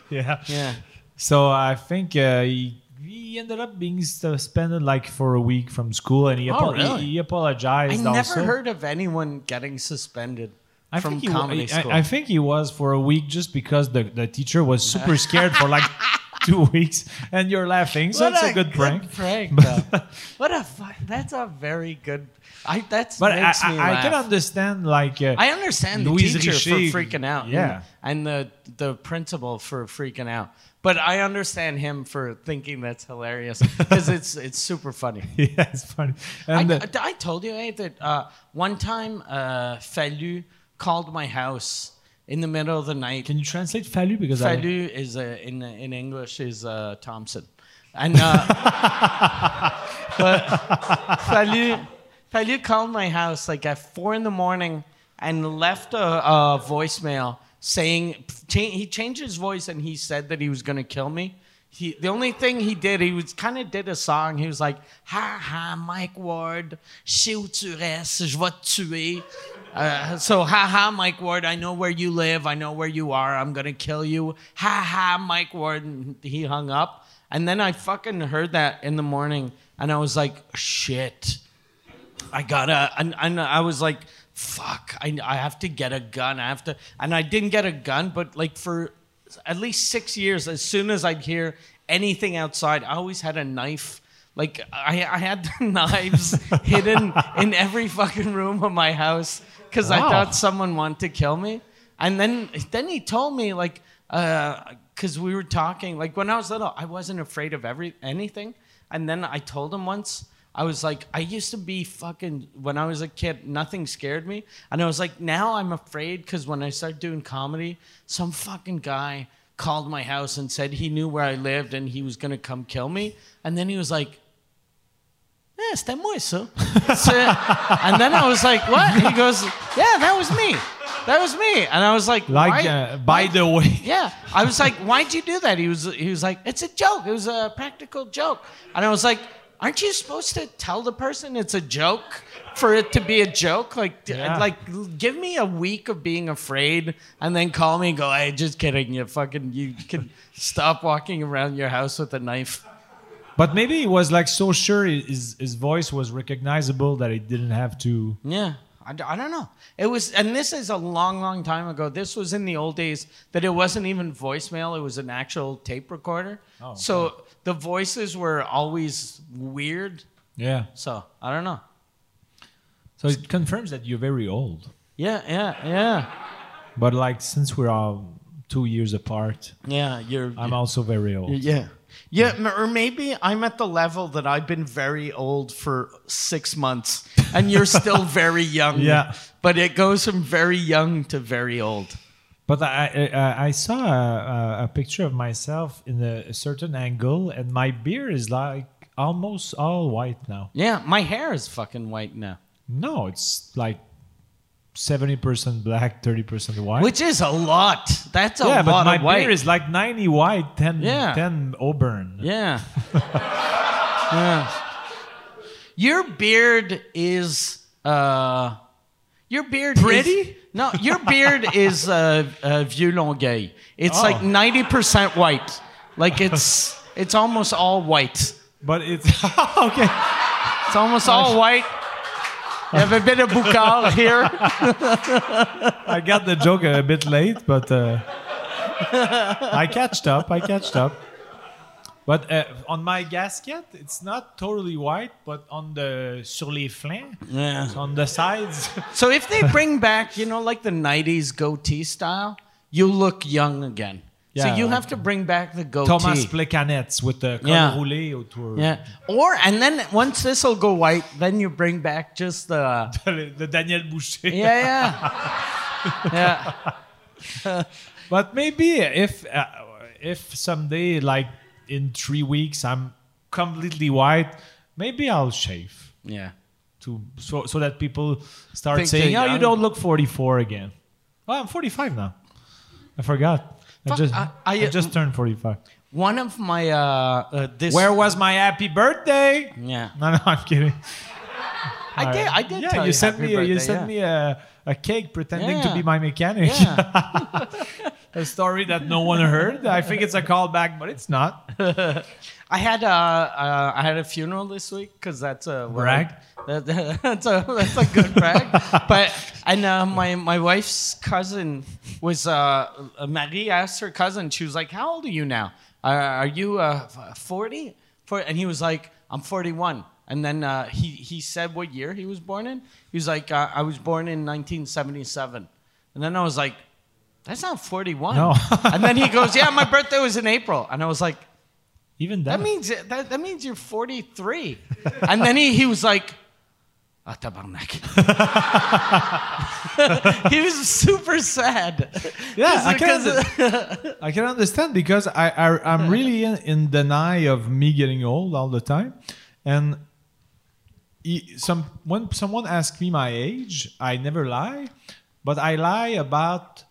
Yeah.
yeah.
So I think uh, he, he ended up being suspended like for a week from school and he,
Oh,
apo- he-
really?
he,
I
apologized
never
also.
heard of anyone getting suspended
I
from
think he, wa-
comedy
I-
school.
I, think he was for a week just because the, the teacher was super scared for like two weeks, and you're laughing, so it's a, good, prank.
though. what a fu- that's a very good. I that's
But I,
makes me
I, I
laugh.
can understand like uh,
I understand the
Louise
teacher
Richer,
for freaking out.
yeah.
And, and the the principal for freaking out. But I understand him for thinking that's hilarious because it's it's super funny.
yeah, it's funny. And
I,
uh,
I told you eh, that uh, one time uh, Fallu called my house in the middle of the night.
can you translate Falu because I
Fallu is uh, in in English is uh, Thompson, and uh, but Fallu Fallu called my house like at four in the morning and left a, a voicemail saying cha- he changed his voice and he said that he was gonna kill me. He, the only thing he did, he was kind of did a song. He was like, "Ha ha, Mike Ward, chez où tu restes, je vais te tuer." Uh, so, ha ha, Mike Ward, I know where you live. I know where you are. I'm going to kill you. Ha ha, Mike Ward. And he hung up. And then I fucking heard that in the morning and I was like, shit. I gotta, and, and I was like, fuck, I, I have to get a gun. I have to, and I didn't get a gun, but like for at least six years, as soon as I'd hear anything outside, I always had a knife. Like I, I had the knives hidden in every fucking room of my house because I
Wow.
thought someone wanted to kill me. And then, then he told me like, because we were talking, like when I was little, I wasn't afraid of every anything. And then I told him once, I was like, I used to be fucking when I was a kid, nothing scared me, and I was like, now I'm afraid because when I started doing comedy, some fucking guy called my house and said he knew where I lived and he was gonna come kill me, and then he was like. Yeah, c'était moi ça. So- and then I was like, what? He goes, yeah, that was me. That was me. And I was like,
Like,
why-
uh, by
why-
the way.
yeah, I was like, "Why'd you do that?" He was, he was like, "It's a joke. It was a practical joke." And I was like, "Aren't you supposed to tell the person it's a joke for it to be a joke? Like, d-
Yeah.
like, l- give me a week of being afraid, and then call me and go, hey, just kidding. You fucking, you can stop walking around your house with a knife.'"
But maybe he was like so sure his, his voice was recognizable that he didn't have to.
Yeah. I, d- I don't know. It was, and this is a long, long time ago. This was in the old days that it wasn't even voicemail, it was an actual tape recorder.
Oh,
so the voices were always weird.
Yeah.
So I don't know.
So it confirms that you're very old.
Yeah, yeah, yeah.
But like since we're all two years apart,
Yeah, you're.
I'm also very old.
yeah. Um, Yeah, m- or maybe I'm at the level that I've been very old for six months and you're still very young.
Yeah.
But it goes from very young to very old.
But I I, I- I saw a, a- a picture of myself in a certain angle, and my beard is like almost all white now.
Yeah, my hair is fucking white now.
No, it's like seventy percent black, thirty percent white.
Which is a lot. That's a
yeah,
lot
but my
of white.
beard is like ninety white, 10,
Yeah.
10 auburn.
yeah. yeah. Your beard is uh your beard Is,
Pretty?
no, your beard is uh, uh vieux longueuil. It's
Oh.
like 90% white. Like it's it's almost all white.
But it's okay.
It's almost all white. You have a bit of bucal here.
I got the joke a bit late, but uh, I catched up. I catched up. But uh, on my gasket, it's not totally white, but on the sur les flancs,
Yeah.
on the sides.
So if they bring back, you know, like the '90s goatee style, you look young again. so
Yeah,
you
like-
have to bring back the goatee.
Thomas Plecanets with the col
Yeah.
roulé autour.
yeah. Or and then once this will go white, then you bring back just the
the Daniel Boucher.
yeah yeah yeah.
But maybe if uh, if someday, like in three weeks, I'm completely white, maybe I'll shave
Yeah.
to so, so that people start
Think
saying,
they're
"Oh, you
young."
don't look 44 again." Well, I'm 45 now. I forgot. I
Fuck,
just
I-
I,
I-
just turned 45.
One of my uh, uh this
Where was my happy birthday?
yeah
No, no, I'm kidding.
I did I did
yeah,
tell
you sent
happy
me a- you
birthday,
sent
yeah.
me a, a cake pretending
Yeah.
to be my mechanic.
Yeah.
a story that no one heard. I think it's a callback, but it's not.
I had uh, uh, I had a funeral this week because that's a what I-
Brag?
that- that's a that's a good brag. But and uh, my my wife's cousin was uh, uh, Marie asked her cousin. She was like, "How old are you now? Uh, are you uh, f- 40? For and he was like, "I'm 41." And then uh, he he said what year he was born in. He was like, uh, "I was born in 1977." And then I was like, "That's not 41."
No.
and then he goes, "Yeah, my birthday was in April." And I was like.
Even that.
That means that, that means you're 43. and then he, he was like, ah, tabarnak. he was super sad.
Yeah, I can,
Because-
under- I can understand because I, I I'm really in, in denial of me getting old all the time, and e- some when someone asks me my age, I never lie, but I lie about.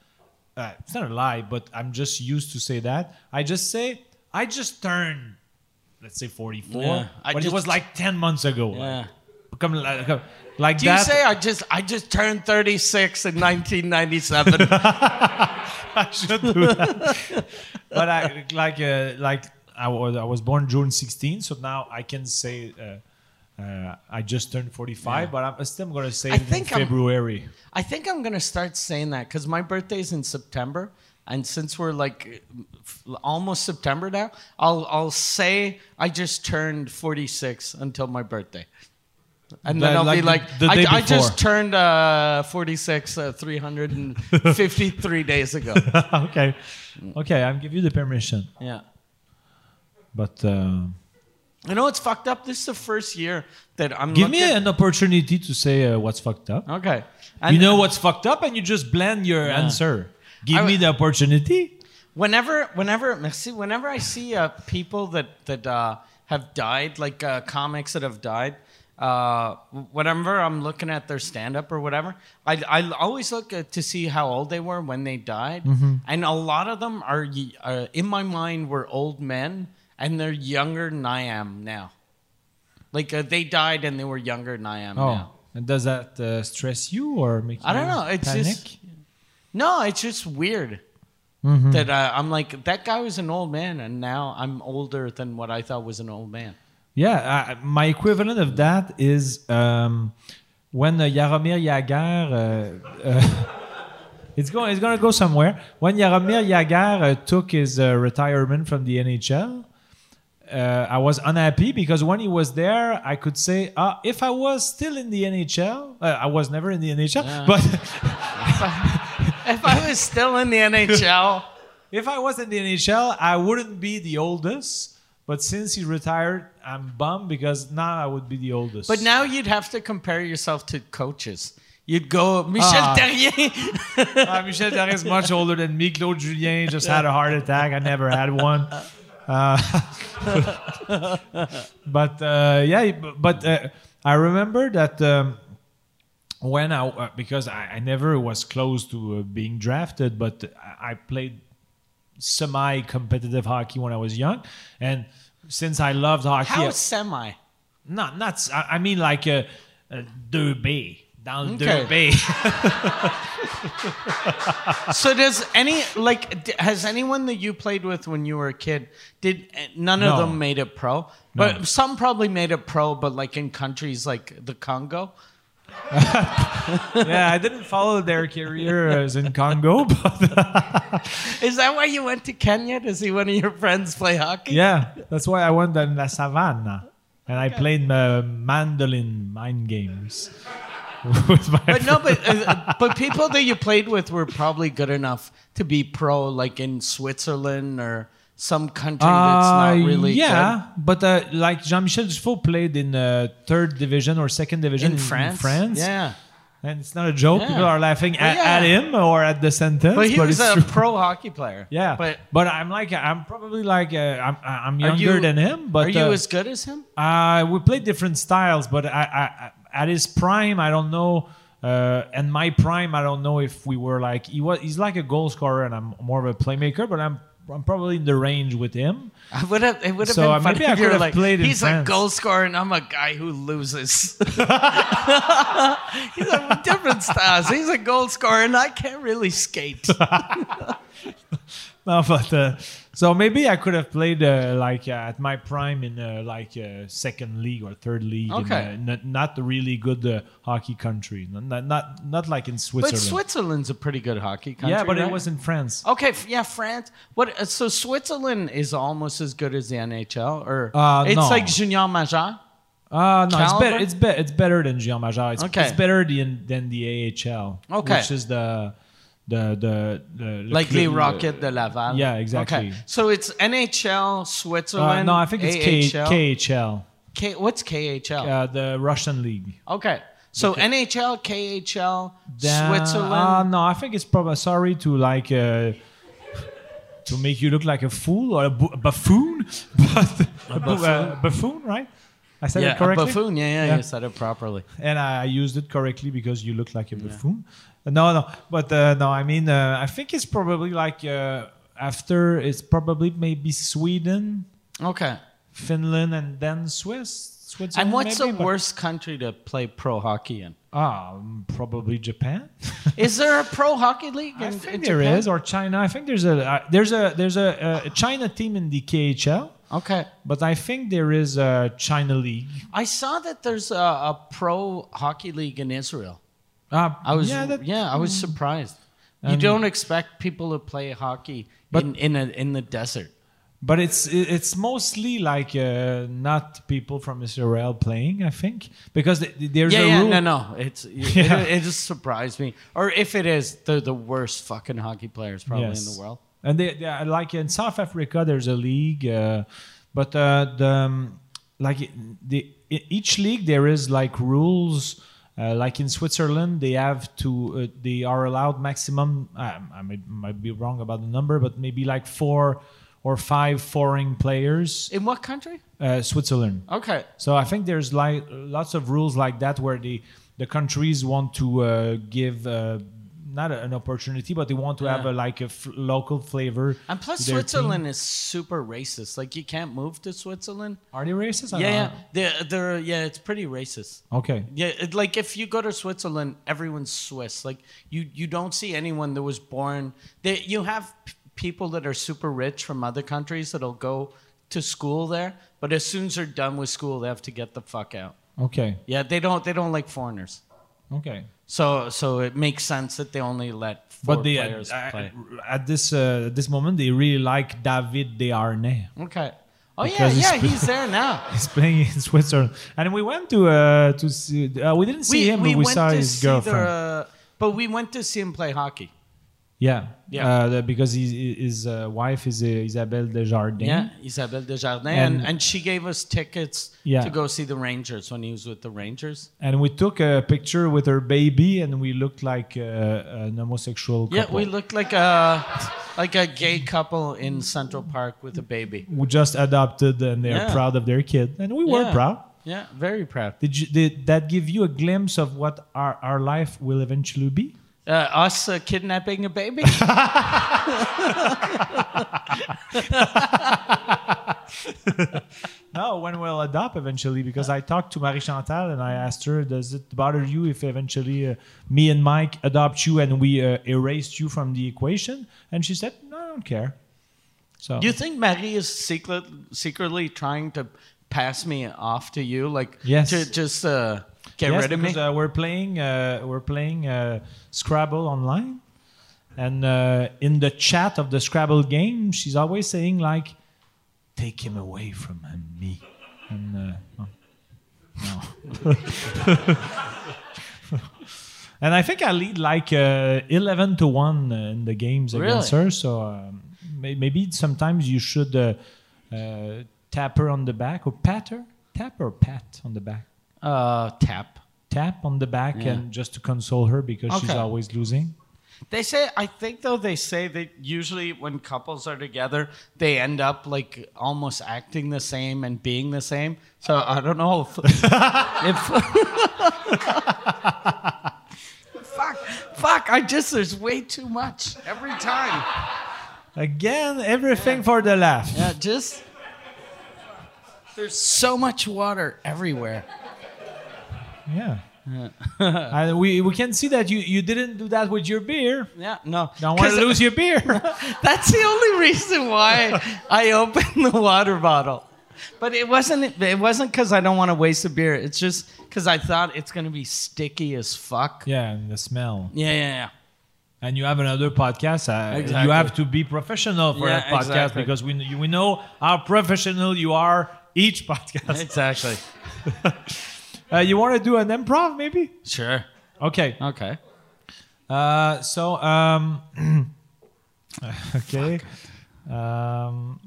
Uh, it's not a lie, but I'm just used to say that. I just say I just turned, let's say 44,
Yeah, I
but it
just-
was like 10 months ago.
Yeah.
Come like, come- like
Do you
that.
say I just I just turned 36 in 1997?
I should do that. but I like uh, like I was I was born June 16, so now I can say uh, uh, I just turned 45, but I'm still gonna say
I
it in
think I'm-
February.
I think I'm gonna start saying that because my birthday's in September, and since we're like f- almost September now, I'll I'll say I just turned 46 until my birthday, and then
Like-
I'll
like
be
the-
like,
the
I,
day
I just
before."
turned uh, 46 uh, 353 days ago.
okay, okay, I'll give you the permission,
Yeah.
but uh,
You know what's fucked up? This is the first year that I'm.
Give me
looking-
an opportunity to say uh, what's fucked up.
Okay.
you know what's fucked up, and you just blend your answer. Give
I
me
would-
the opportunity.
whenever whenever merci whenever i see uh, people that that uh, have died like uh, comics that have died uh, whenever i'm looking at their stand-up or whatever i, I always look at, to see how old they were when they died and a lot of them are, y- are in my mind were old men and they're younger than i am now like uh, they died and they were younger than i am
Oh,
now
and does that uh, stress you or make you
I don't know. It's
panic?
just no. It's just weird
Mm-hmm.
that uh, I'm like that guy was an old man, and now I'm older than what I thought was an old man.
Yeah, I, my equivalent of that is um, when uh, Yaromir Jagr. Uh, uh, It's going. It's going to go somewhere. When Yaromir Jagr uh, took his uh, retirement from the NHL, uh, I was unhappy because when he was there, I could say, "Ah, if I was still in the NHL, uh, I was never in the NHL, but
If I was still in the NHL,
if I was in the NHL, I wouldn't be the oldest. But since he retired, I'm bummed because now I would be the oldest.
but now you'd have to compare yourself to coaches. You'd go Michel
Ah.
Terrier.
Uh, Michel Darry is much older than me. Claude Julien just had a heart attack. I never had one. Uh, but uh, yeah, but uh, I remember that um, when I uh, because I, I never was close to uh, being drafted, but I, I played semi-competitive hockey when I was young, and since I loved hockey,
How semi?
not not I, I mean like uh, uh, 2B down
Okay.
2B.
So does any like d- has anyone that you played with when you were a kid did eh, none of
No.
them made it pro?
No.
But some probably made it pro, but like in countries like the Congo.
yeah, I didn't follow their career as in Congo, but
Is that why you went to Kenya to see one of your friends play hockey?
yeah, that's why I went to La Savannah and I played uh, mandolin mind games with my.
But no, but uh, but people that you played with were probably good enough to be pro, like in Switzerland or some country that's not
Uh,
really good.
yeah, but uh, like Jean-Michel Dufault played in uh, third division or second division
In, France,
France,
yeah.
and it's not a joke.
Yeah.
People are laughing at,
Yeah.
at him or at the sentence,
But he was
it's
a
true.
pro hockey player.
yeah,
but
but, I'm like I'm probably like uh, I'm I'm
are
younger
you-
than him. But
are you
uh,
as good as him?
Uh, we played different styles, but I, I, I at his prime, I don't know. Uh, and my prime, I don't know if we were like he was. He's like a goal scorer, and I'm more of a playmaker. But I'm I'm probably in the range with him.
I would have. It would have
So,
been
uh,
funny
maybe I
if you
could
were
have
like,
played in
he's a
France."
goal scorer and I'm a guy who loses. he's a different styles. He's a goal scorer and I can't really skate.
No, but uh, so maybe I could have played uh, like uh, at my prime in uh, like uh, second league or third league. in,
Okay.
uh, not- not the really good uh, hockey country. Not, not not like in Switzerland.
But Switzerland's a pretty good hockey country.
yeah, but
right?
it was in France.
Okay, f- yeah, France. What? uh, So Switzerland is almost as good as the NHL, or
Uh,
it's
no.
like junior major.
Uh, no, it's better.
Caliber?
It's better. It's better than Gian Major. It's,
Okay.
it's better than than the AHL.
Okay.
which is the the the, the le
like the
club- uh,
Rocket de Laval.
Yeah, exactly.
Okay, so it's NHL,
Uh,
Switzerland.
no, I think it's K,
AHL.
KHL,
K- what's KHL?
uh, the Russian league.
Okay, so NHL, KHL,
Then-
Switzerland.
Uh, no, I think it's probably sorry to like uh, to make you look like a fool or a, bu- a buffoon, but a bu- uh, buffoon, right? I said
yeah,
it
a
correctly.
buffoon. Yeah, yeah,
Yeah.
you said it properly.
and I used it correctly because you look like a buffoon. No, no, but uh, no, I mean, uh, I think it's probably like uh, after it's probably maybe Sweden,
Okay.
Finland, and then Swiss, Switzerland.
And what's
maybe,
the
but-
worst country to play pro hockey in?
Ah, um, probably Japan.
Is there a pro hockey league?
I
in- in
think there
Japan?
is, or China. I think there's a uh, there's a there's a, a China team in the KHL,
Okay.
but I think there is a China league.
I saw that there's a, a pro hockey league in Israel.
Uh,
I was
yeah,
yeah,
that, mm.
I was surprised. you
And-
don't expect people to play hockey
But-
in in, a, in the desert.
but it's it- it's mostly like uh, not people from Israel playing, I think, because th- th- there's
Yeah,
a
yeah,
rule.
no, no, it's
Yeah.
it, it just surprised me. Or if it is, they're the worst fucking hockey players probably in
Yes.
the world.
and they, they are like in South Africa, there's a league, uh, but uh, the um, like the, in each league there is like rules. Uh, like in Switzerland, they have to uh, they are allowed maximum. I, I might, might be wrong about the number, but maybe like four or five foreign players.
In what country?
Uh, Switzerland.
Okay.
So I think there's like lots of rules like that where the the countries want to uh, give uh, not a- an opportunity, but they want to have a, like a f- local flavor.
And plus,
to their
Switzerland
team.
is super racist. Like, you can't move to Switzerland.
are they racist? or
Yeah, yeah,
not?
they're, they're, yeah, it's pretty racist.
Okay.
Yeah, it, like if you go to Switzerland, everyone's Swiss. Like you, you don't see anyone that was born. They, you have p- people that are super rich from other countries that'll go to school there, but as soon as they're done with school, they have to get the fuck out.
Okay.
Yeah, they don't, they don't like foreigners.
Okay.
So, so it makes sense that they only let four
But they uh,
players
uh,
play.
at this uh, this moment they really like David Desharnais.
Okay. Oh yeah,
Because he's-
yeah, he's there now.
He's playing in Switzerland, and we went to uh, to see. Uh, we didn't see him, but we
went
saw
to
his
see their,
girlfriend.
uh, but we went to see him play hockey.
Yeah,
Yeah.
Uh, the- because his his uh, wife is uh, Isabelle Desjardins.
Yeah, Isabelle Desjardins.
And-
And, and she gave us tickets
Yeah.
to go see the Rangers when he was with the Rangers.
and we took a picture with her baby, and we looked like uh, an homosexual couple.
Yeah, we looked like a like a gay couple in Central Park with a baby.
We just adopted, and they're
Yeah.
proud of their kid, and we were
Yeah.
proud.
Yeah, very proud.
Did you did that give you a glimpse of what our our life will eventually be?
Uh, us uh, kidnapping a baby?
No, when we'll adopt eventually, because I talked to Marie Chantal and I asked her, does it bother you if eventually uh, me and Mike adopt you and we uh, erased you from the equation? And she said, no, I don't care. So
Do you think Marie is secret, secretly trying to pass me off to you? Like,
Yes.
to just uh, get
yes,
rid of me?
because, uh, we're playing, uh, we're playing uh, Scrabble online, and uh, in the chat of the Scrabble game, she's always saying like, "Take him away from me," and uh, no. No. and I think I lead like uh, eleven to one uh, in the games against
Really?
her. So um, may- maybe sometimes you should uh, uh, tap her on the back or pat her, tap or pat on the back
uh, tap.
tap on the back
Yeah.
and just to console her because she's
Okay.
always losing.
They say, I think though, they say that usually when couples are together, they end up like almost acting the same and being the same. So I don't know if. if fuck, fuck, I just, there's way too much every time.
Again, everything for the laugh.
Yeah, just. There's so much water everywhere.
Yeah. and we we can see that you you didn't do that with your beer.
Yeah, no.
Don't want
'Cause
to lose your beer.
That's the only reason why I opened the water bottle. But it wasn't it wasn't because I don't want to waste a beer. It's just because I thought it's gonna be sticky as fuck. Yeah,
yeah, and the smell.
yeah, yeah.
And you have another podcast. Uh, You
Exactly.
have to be professional for
Yeah,
that podcast
exactly.
because we kn- we know how professional you are each podcast.
Exactly.
uh, you want to do an improv maybe?
Sure.
Okay.
Okay.
Uh, so um okay um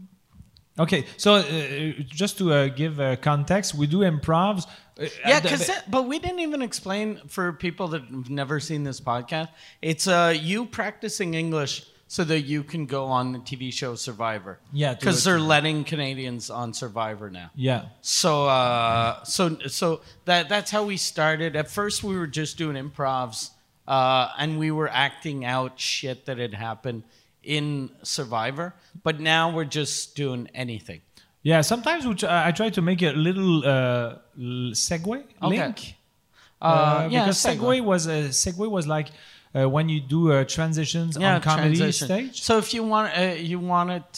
okay so uh, just to uh, give uh, context we do improvs uh,
Yeah,
at the-
because but we didn't even explain for people that have never seen this podcast. It's uh you practicing English so that you can go on the TV show Survivor.
Yeah, to
because
it.
they're letting Canadians on Survivor now.
yeah
So uh, so so that that's how we started. At first, we were just doing improvs, uh, and we were acting out shit that had happened in Survivor. But now we're just doing anything.
yeah sometimes we tr- I try to make a little uh, l- segue
Okay.
link
Uh, yeah,
because segue,
segue.
was a segue was like uh, when you do uh, transitions
Yeah,
on comedy
transition.
stage
So if you want, uh, you want it.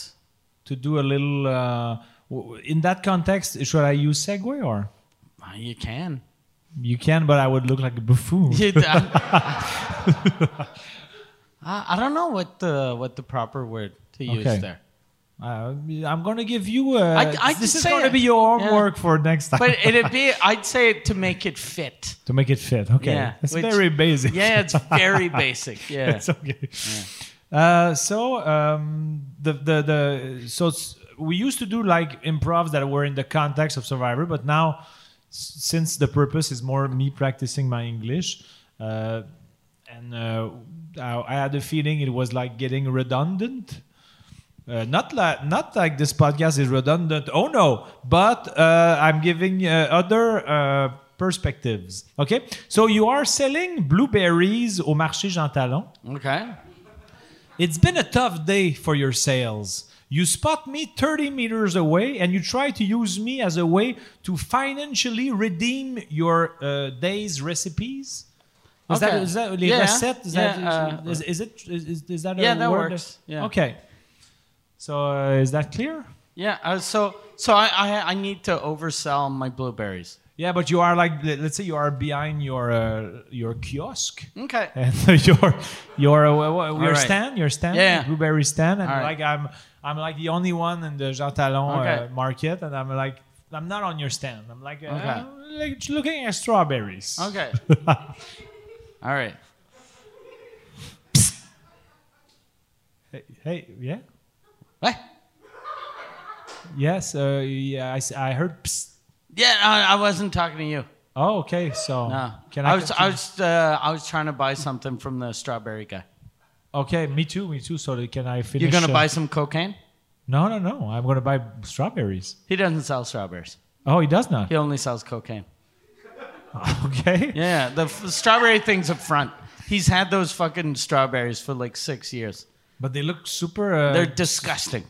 to do a little uh, w- in that context should I use segue or
uh, You can.
you can but I would look like a buffoon
You- I, I don't know what the what the proper word to use
Okay.
there.
Uh, I'm gonna give you. Uh,
I- I
this
could
is
say
gonna
it.
be your
Yeah.
homework for next time.
But it'd be I'd say it to make it fit.
to make it fit, okay.
Yeah,
it's
which-
very basic.
Yeah, it's very basic. Yeah.
it's okay. Uh, so um, the the the so s- we used to do like improvs that were in the context of Survivor, but now s- since the purpose is more me practicing my English, uh, and uh, I, I had a feeling it was like getting redundant. Uh, not like not like this podcast is redundant. Oh no! But uh, I'm giving uh, other uh, perspectives. Okay, so you are selling blueberries au marché Jean Talon.
Okay.
It's been a tough day for your sales. You spot me 30 meters away and you try to use me as a way to financially redeem your uh, day's recipes. Is
Okay.
that, is that les
Yeah.
recettes? Is,
Yeah, uh,
that, is, is it is, is that a
Yeah, that
word?
works. Yeah.
Okay. So uh, is that clear?
Yeah. Uh, so so I, I I need to oversell my blueberries.
Yeah, but you are like let's say you are behind your uh, your kiosk.
Okay.
and your your uh, wha- wha- your
right.
stand, your stand,
Yeah.
blueberry stand, and
All right.
like I'm I'm like the only one in the Jean Talon uh,
Okay.
market, and I'm like I'm not on your stand. I'm like uh,
Okay.
like looking at strawberries.
Okay. All right.
Hey, hey, yeah,
What?
yes, uh, yeah. I, s- I heard. Psst.
Yeah, I, I wasn't talking to you.
Oh, okay. So
No.
can I?
I was I
continue?
was uh, I was trying to buy something from the strawberry guy.
okay, me too, me too. So that- can I finish?
You're gonna
uh,
buy some cocaine?
No, no, no. I'm gonna buy strawberries.
He doesn't sell strawberries.
Oh, he does not.
He only sells cocaine.
Okay.
Yeah, the f- strawberry thing's a front. He's had those fucking strawberries for like six years.
But they look super. Uh,
They're disgusting.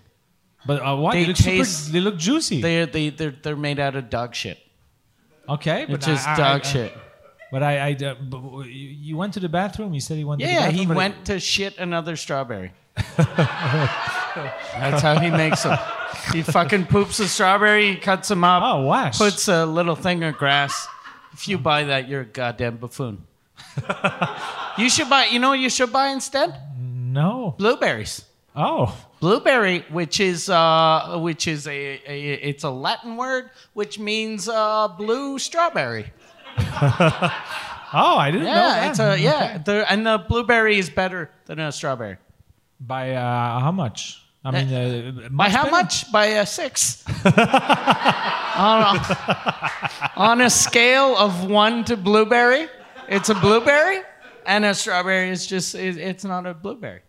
but uh, what? They,
they
look
taste-
super. They look juicy.
They're they they're, they're made out of dog shit.
okay, but
It's just
I- I-
dog
I-
shit.
But I, I but you you went to the bathroom. You said he went. to the
Yeah,
bathroom,
he
but it-
went to shit another strawberry. That's how he makes them. He fucking poops a strawberry, cuts them up,
oh, wash.
puts a little thing of grass. If you buy that, you're a goddamn buffoon. you should buy. You know what you should buy instead?
no.
Blueberries.
Oh,
Blueberry, which is uh, which is a, a it's a Latin word which means uh, blue strawberry.
oh, I didn't know
Yeah,
that.
it's a yeah, the, and the blueberry is better than a strawberry.
By uh, how much? I mean, uh,
By
much
how
better?
much? By uh, six. on, a, on a scale of one to blueberry, it's a blueberry, and a strawberry is just, it, it's not a blueberry.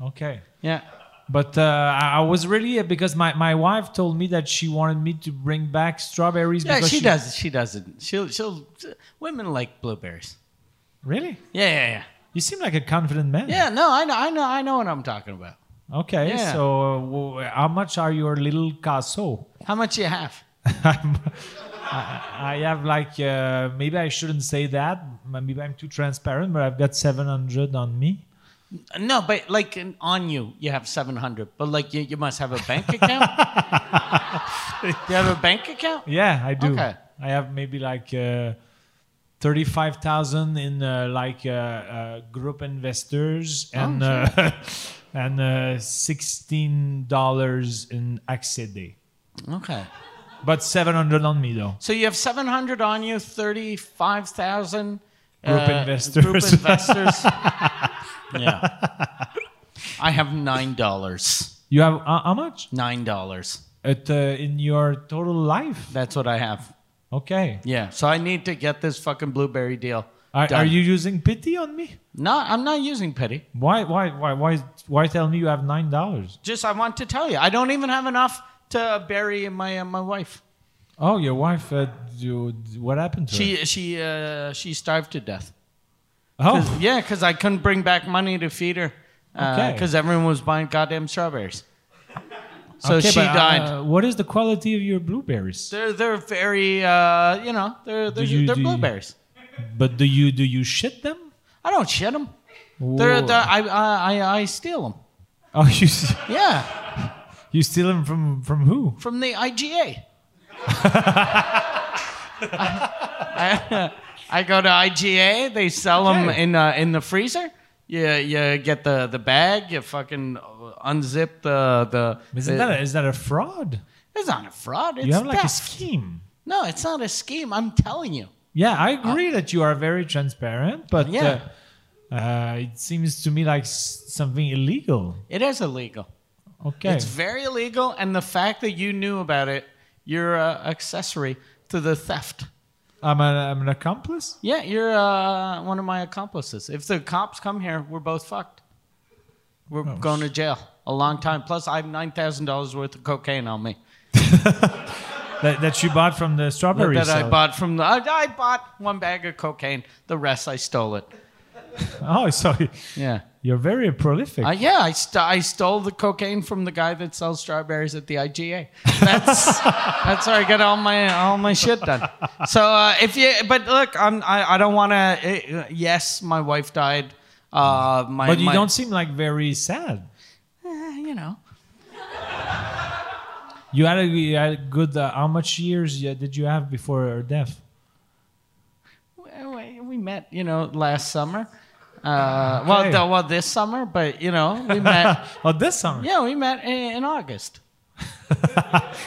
Okay.
Yeah.
But uh, I I was really uh, because my, my wife told me that she wanted me to bring back strawberries.
Yeah,
because
she does. She doesn't. She'll, she'll, women like blueberries.
Really?
Yeah, yeah,
You seem like a confident man.
yeah. Yeah, no, I know, I know, I know what I'm talking about.
Okay.
Yeah.
So, uh, w- how much are your little casso?
How much you have?
I'm, I, I have like uh, maybe I shouldn't say that. Maybe I'm too transparent, but I've got 700 on me.
No, but like in- on you, you have 700, but like you, you must have a bank account. Do you have a bank account?
Yeah, I do.
Okay.
I have maybe like uh, 35,000 in uh, like uh, uh, group investors
Oh,
and uh, and uh, 16 dollars in Accede.
Okay.
But 700 on me though.
So you have 700 on you, 35,000
Group investors.
Group investors. yeah. I have $9. $9.
You have uh, how much at uh, in your total life?
That's what I have.
Okay.
Yeah. So I need to get this fucking blueberry deal.
Are, are
done.
you using pity on me?
No, I'm not using pity.
Why why why why why tell me you have nine dollars?
Just I want to tell you, I don't even have enough to bury my uh, my wife.
Oh, your wife. Uh, you, what happened to her?
She she uh, she starved to death.
Oh,
'Cause- yeah, because I couldn't bring back money to feed her
Okay.
because everyone was buying goddamn strawberries. So
okay,
she
but, uh,
died.
what is the quality of your blueberries?
They're they're very uh, you know they're they're,
you-
they're
do you-
blueberries.
But do you do you shit them?
I don't shit them. They're,
Whoa.
they're I, I I I steal them.
oh, you s-
Yeah,
you steal them from from who?
from the IGA. I, I, I go to IGA. They sell them
Okay.
in uh, in the freezer. You you get the, the bag. You fucking unzip the the.
Isn't
the-
that a, is that a fraud?
It's not a fraud. It's
You have like a
theft.
scheme.
no, it's not a scheme. I'm telling you.
Yeah, I agree that you are very transparent, but
Yeah.
uh, uh, it seems to me like s- something illegal.
It is illegal.
Okay.
It's very illegal, and the fact that you knew about it, you're uh, accessory to the theft.
I'm an, I'm an accomplice?
Yeah, you're uh, one of my accomplices. If the cops come here, we're both fucked. We're
Oh,
going to jail a long time. Plus, I have nine thousand dollars worth of cocaine on me
That, that you bought from the strawberry
that I
salad.
bought from the. I, I bought one bag of cocaine. The rest, I stole it.
Oh, sorry.
Yeah.
You're very prolific.
Uh, yeah, I, st- I stole the cocaine from the guy that sells strawberries at the IGA. That's that's where I got all my all my shit done. So uh, if you, but look, I'm I, I don't want to. Yes, my wife died. Uh, my
but you
my-
don't seem like very sad.
eh, you know.
You had a, you had a good, uh, how much years uh, did you have before her death?
We- We met, you know, last summer. Uh, well,
Okay.
th- well, this summer, but you know, we met.
oh, this summer.
yeah, we met in, in August.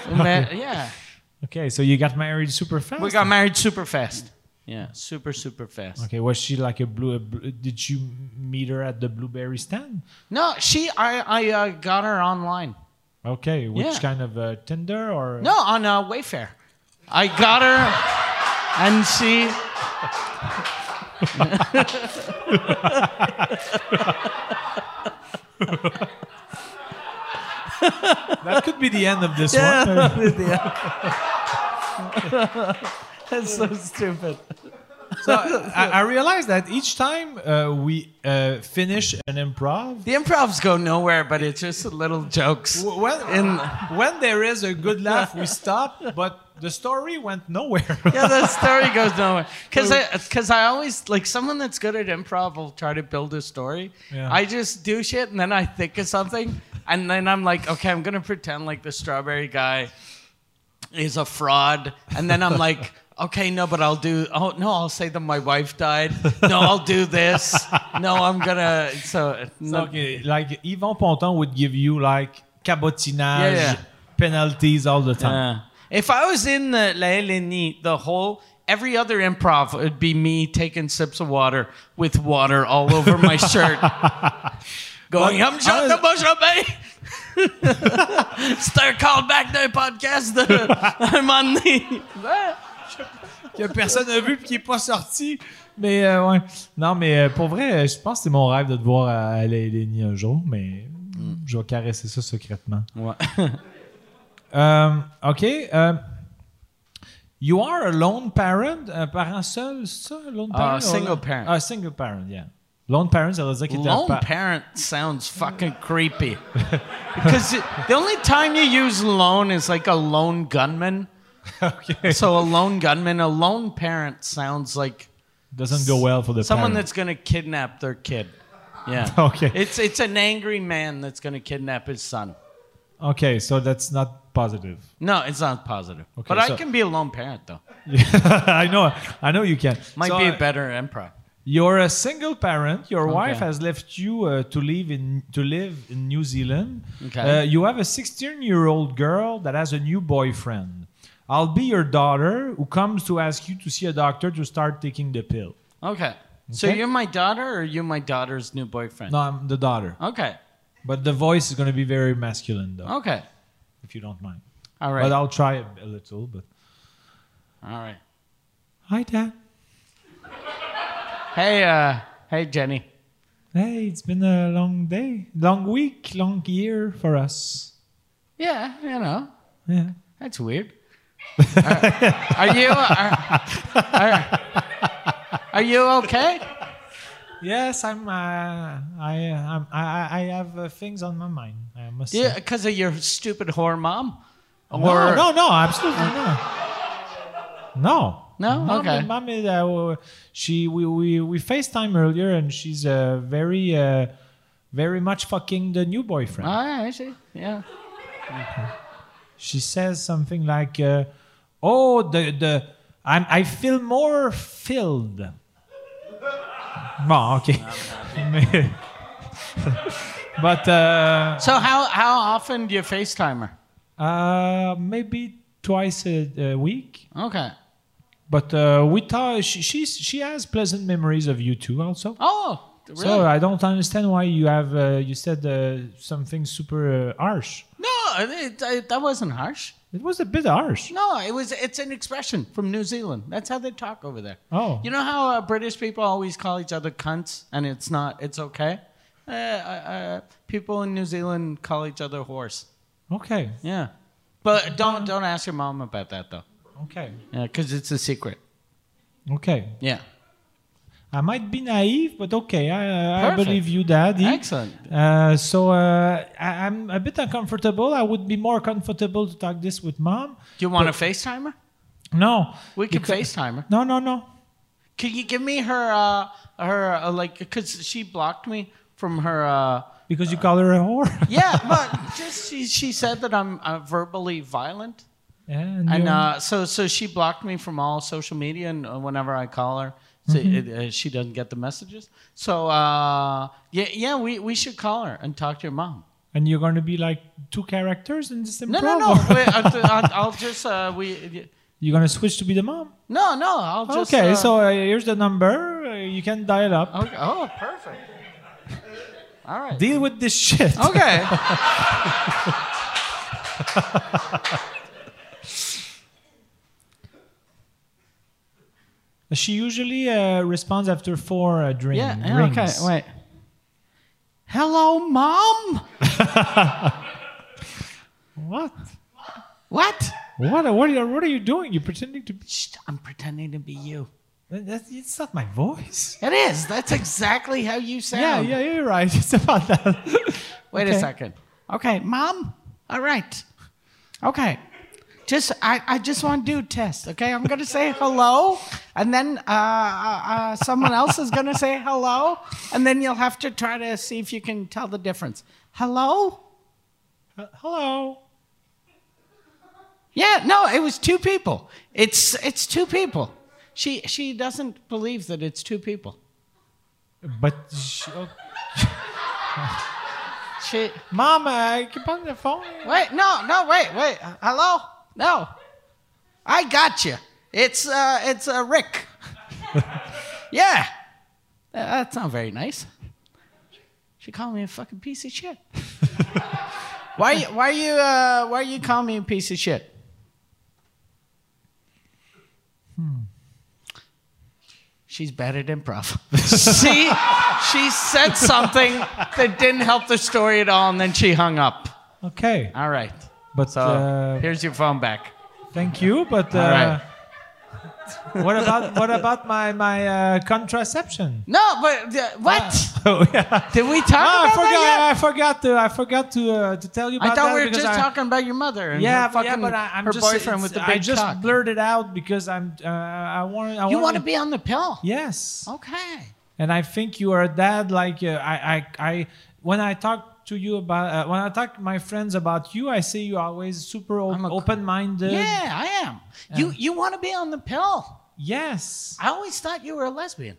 we met, yeah.
Okay, so you got married super fast.
We got married super fast. Yeah, super super fast.
Okay, was she like a blue? A blue did you meet her at the blueberry stand?
No, she I I uh, got her online.
Okay, which
Yeah.
kind of uh, Tinder or?
No, on uh, Wayfair. I got her, and she.
that could be the end of this one.
Yeah. That's so stupid.
So I, I realized that each time uh, we uh, finish an improv,
The improvs go nowhere, but it's just little jokes.
w- when
In-
when there is a good laugh, we stop. But the story went nowhere.
yeah, the story goes nowhere. Because I, cause I always, like, someone that's good at improv will try to build a story.
Yeah.
I just do shit and then I think of something. And then I'm like, okay, I'm going to pretend like the strawberry guy is a fraud. And then I'm like, okay, no, but I'll do, oh, no, I'll say that my wife died. No, I'll do this. No, I'm going to, so, no.
okay, like Yvon Ponton would give you like cabotinage
Yeah, yeah.
penalties all the time.
Yeah. Uh, If I was in the La Hélénie, the whole every other improv would be me taking sips of water with water all over my shirt. Going,
But
I'm Jean
I
de Beaujolais. it's their call back their podcast. I'm on the.
que personne n'a vu puis qui est pas sorti. Mais euh, ouais. Non, mais euh, pour vrai, euh, je pense que c'est mon rêve de te voir euh, à, à la Hélénie un jour, mais
Mm.
je vais caresser ça secrètement. Euh, OK. euh, you are a lone parent, un parent seul, c'est ça? Lone
Ah,
parent? or-
single parent.
Ah, single parent, yeah. Lone parent, ça veut dire qu'il était un
Lone
pa-
parent sounds fucking creepy. Because it- the only time you use lone is like a lone gunman.
OK.
So a lone gunman, a lone parent sounds like
Doesn't go well for the
Someone
parent.
that's going to kidnap their kid. Yeah.
Okay.
It's it's an angry man that's going to kidnap his son.
OK, so that's not positive.
No, it's not positive.
Okay,
but
so-
I can be a lone parent though.
I know. I know you can.
Might
So,
be
uh,
a better improv.
You're a single parent. Your wife
Okay.
has left you uh, to live in to live in New Zealand.
Okay.
Uh, you have a 16-year-old girl that has a new boyfriend. I'll be your daughter who comes to ask you to see a doctor to start taking the pill.
Okay. So
Okay.
you're my daughter or you're my daughter's new boyfriend?
No, I'm the daughter.
Okay.
But the voice is going to be very masculine though,
Okay.
if you don't mind.
Oh. All
But
right.
I'll try a, a little but
All right.
Hi dad.
Hey uh hey Jenny.
Hey, it's been a long day, long week, long year for us.
Yeah, you know.
Yeah.
That's weird. are, are you are, are, are you okay?
Yes, I'm. Uh, I, I'm I, I have uh, things on my mind. I must.
Yeah,
Say.
because of your stupid whore mom? oh,
No, no, no, absolutely not. No.
No?
Mom-
Okay.
Mom is. Uh, she. We, we we FaceTime earlier, and she's uh, very uh, very much fucking the new boyfriend.
Oh, yeah, I see. Yeah.
she says something like, uh, "Oh, the the I'm I feel more filled." Bon, okay. Mais- but. Uh,
So how how often do you FaceTime her?
Uh, maybe twice a, a week.
Okay.
But uh, we talk. She, she's, she has pleasant memories of you too, also.
Oh, Really?
So I don't understand why you have uh, you said uh, something super uh, harsh.
no, it, it, that wasn't harsh.
It was a bit harsh.
No, it was. It's an expression from New Zealand. That's how they talk over there.
Oh.
you know how uh, British people always call each other cunts, and it's not. It's okay. Uh, uh, people in New Zealand call each other horse.
Okay,
Yeah, but don't don't ask your mom about that though,
okay,
because it's a secret.
okay.
Yeah,
I might be naive, but okay, I, I
Perfect.
believe you, Daddy.
excellent.
Uh, so uh, I, I'm a bit uncomfortable. I would be more comfortable to talk this with mom.
Do you want a FaceTimer?
No,
We can
because-
FaceTimer.
No, no, no.
Can you give me her uh her uh, like because she blocked me from her uh
Because you call her a whore.
yeah but just she she said that I'm uh, verbally violent
and
and
you-
uh so so she blocked me from all social media and uh, whenever I call her so
Mm-hmm.
it, uh, she doesn't get the messages so uh yeah yeah we we should call her and talk to your mom
and you're going to be like two characters in this improv.
no no no
or-
wait, I'll, I'll, I'll just uh we
you're going to switch to be the mom.
no no I'll just
okay,
uh,
so uh, here's the number. Uh, you can dial up.
okay, oh perfect all right.
Deal with this shit.
Okay.
She usually uh, responds after four uh, drink,
Yeah. yeah,
rings.
Okay. Wait. Hello, mom.
What?
What?
What? What are, you, what are you doing? You're pretending to be.
Shh, I'm pretending to be you.
That's, it's not my voice.
It is. That's exactly how you
Yeah,
sound.
yeah, you're right. It's about that.
Wait
Okay.
a second. Okay, mom. All right. Okay. Just I, I just want to do a test. Okay, I'm gonna say hello, and then uh, uh, uh, someone else is gonna say hello, and then you'll have to try to see if you can tell the difference. Hello.
Uh, hello.
Yeah, no, it was two people. It's it's two people. She she doesn't believe that it's two people.
But sh- oh,
She
mom, I keep on the phone.
wait, no, no, wait, wait. Hello? No. I got you. It's uh it's uh, Rick. yeah. Uh, That's not very nice. She called me a fucking piece of shit. why you why you uh why you calling me a piece of shit? Hmm. She's bad at improv. See, she said something that didn't help the story at all, and then she hung up.
Okay,
All right.
but
So
uh,
here's your phone back.
thank you. But uh,
right.
what about what about my my uh, contraception?
No, but uh, what?
Oh yeah.
Did we talk about
Ah, I forgot.
that
I forgot to. I forgot to uh, to tell you about
yet? I thought
that
we were
because
just
I-
talking about your mother and
Yeah,
her
but-
fucking
yeah, but I, I'm
her
just
boyfriend with the
it's-
big
I just
cock.
blurted out because I'm. Uh, I want. I
you
want
want to be on the pill?
Yes.
Okay.
and I think you are a dad. Like uh, I, I, I, when I talk to you about, uh, when I talk to my friends about you, I say you are always super op-
I'm a-
open-minded.
Yeah, I am. You you want to be on the pill?
Yes.
I always thought you were a lesbian.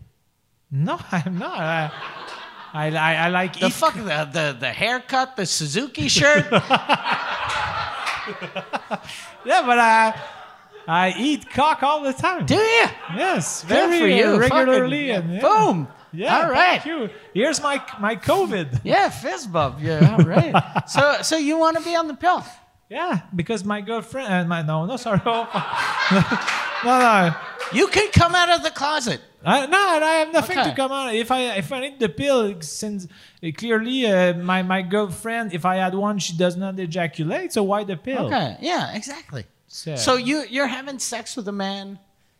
No, I'm not. I, I, I, I like
The
eat-
fuck the, the the haircut, the Suzuki shirt.
Yeah, but I, I eat cock all the time.
Do you?
Yes,
Good
very
for you.
uh,
fucking-
regularly. and, yeah.
Boom.
Yeah.
All right.
Thank you. Here's my my COVID.
Yeah, fist bump. Yeah, all right. so, so you want to be on the pill?
Yeah, because my girlfriend. Uh, my no, no, sorry. no, no.
You can come out of the closet.
I, no, I have nothing
Okay.
to come out. If I if I need the pill, since uh, clearly uh, my my girlfriend, if I had one, she does not ejaculate. So why the pill?
Okay. Yeah, exactly.
So,
So you you're having sex with a man,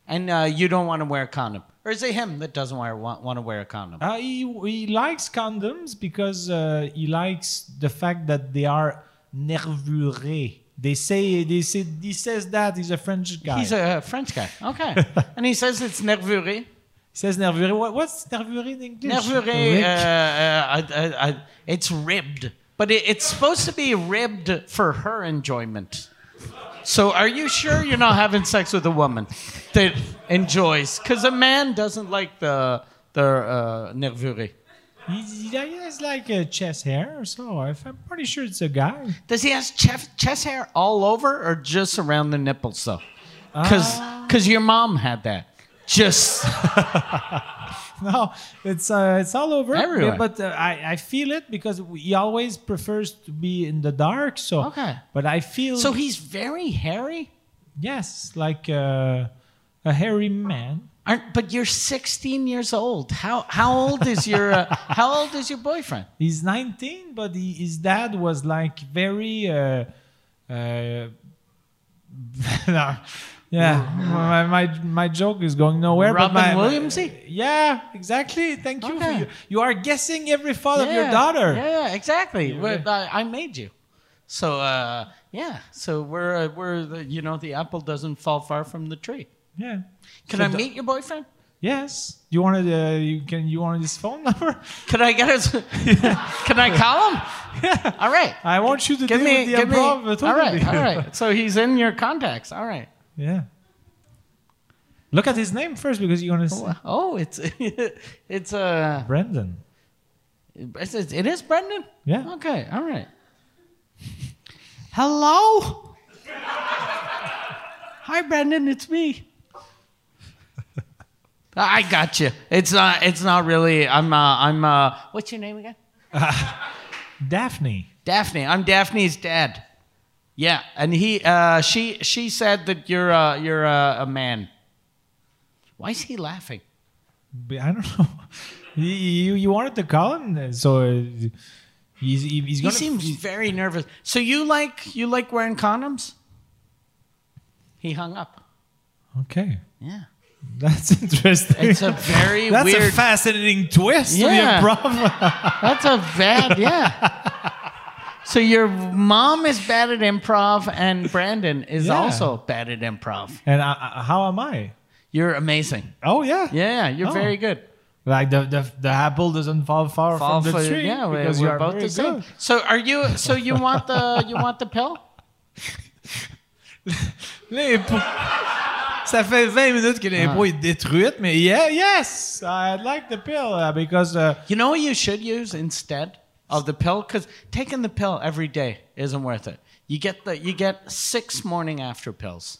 and uh, you don't want to wear a condom, or is it him that doesn't wear, want want to wear a condom?
uh, he he likes condoms because uh, he likes the fact that they are nervuré. They say they say he says that he's a French guy.
He's a French guy. Okay. and he says it's nervuré.
he says nervuré. What, what's nervuré in English?
Nervuré.
Rick?
Uh, uh, uh, uh, uh, it's ribbed, but it, it's supposed to be ribbed for her enjoyment. So are you sure you're not having sex with a woman that enjoys? Because a man doesn't like the the uh, nervuré.
He, he has like a chest hair, so I- I'm pretty sure it's a guy.
Does he has chest, chest hair all over or just around the nipples
Ah.
though? Because your mom had that. Just
no, it's uh, it's all over.
Everywhere.
Yeah, but uh, I, I feel it because he always prefers to be in the dark. So
Okay.
But I feel
So he's very hairy.
yes, like uh, a hairy man.
Aren't, but you're 16 years old. How how old is your uh, how old is your boyfriend?
He's 19, but he, his dad was like very. Uh, uh, no. Yeah, my, my my joke is going nowhere.
Robin
but my,
Williamsy?
Yeah, exactly. Thank you. For
Okay.
you. you are guessing every thought of your
Yeah,
daughter.
Yeah, exactly.
Yeah.
We're- uh, I, I made you. So uh, yeah, so we're uh, we're the, you know the apple doesn't fall far from the tree.
Yeah.
Can
So
I
the-
meet your boyfriend?
Yes. You wanted. Uh, you can. You wanted his phone number.
Can I get his? can I call him?
yeah.
All right.
I want you to
Give
deal
me,
with the
give me. All
improv. uh,
right,
totally.
all right. So he's in your contacts. All right.
yeah. Look at his name first because you're gonna. see
Oh, it's it's uh,
Brendan.
it's, it is Brendan.
Yeah.
Okay. All right. Hello. Hi, Brendan. It's me. I got you. It's not. It's not really. I'm. Uh, I'm. Uh, what's your name again?
Daphne.
Daphne. I'm Daphne's dad. Yeah, and he, uh, she, she said that you're, uh, you're uh, a man. Why is he laughing?
But I don't know. You you, you wanted to call him, uh, so uh, he's he- he's
He
gonna.
seems very nervous. So you like, you like wearing condoms? He hung up.
okay,
Yeah,
that's interesting.
it's a very
that's a
weird.
fascinating twist
Yeah.
to the improv.
that's a bad. Yeah. So your mom is bad at improv, and Brandon is
Yeah.
also bad at improv.
and I, I, how am I?
You're amazing.
Oh yeah,
Yeah, you're
Oh.
very good.
Like the, the the apple doesn't fall far
Fall
from
for-
the tree.
Yeah, we-
because
we're,
you are
both
very
the same.
good.
So are you? So you want the you want the pill?
L'impro- Ça fait 20 minutes que
Ah.
l'impro est détruite, mais yeah, yes, I'd like the pill uh, because uh,
You know what you should use instead of the pill? Because taking the pill every day isn't worth it. You get the you get six morning after pills,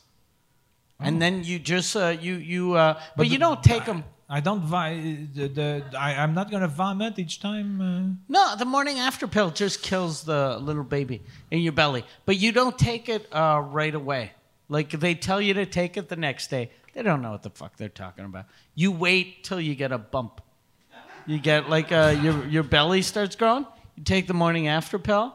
Oh.
and then you just uh, you you uh, but, you don't take them.
I don't vi- the, the I, I'm not gonna vomit each time. Uh,
No, the morning after pill just kills the little baby in your belly. But you don't take it uh, right away. Like they tell you to take it the next day. They don't know what the fuck they're talking about. You wait till you get a bump. You get like uh, your your belly starts growing. You take the morning after pill.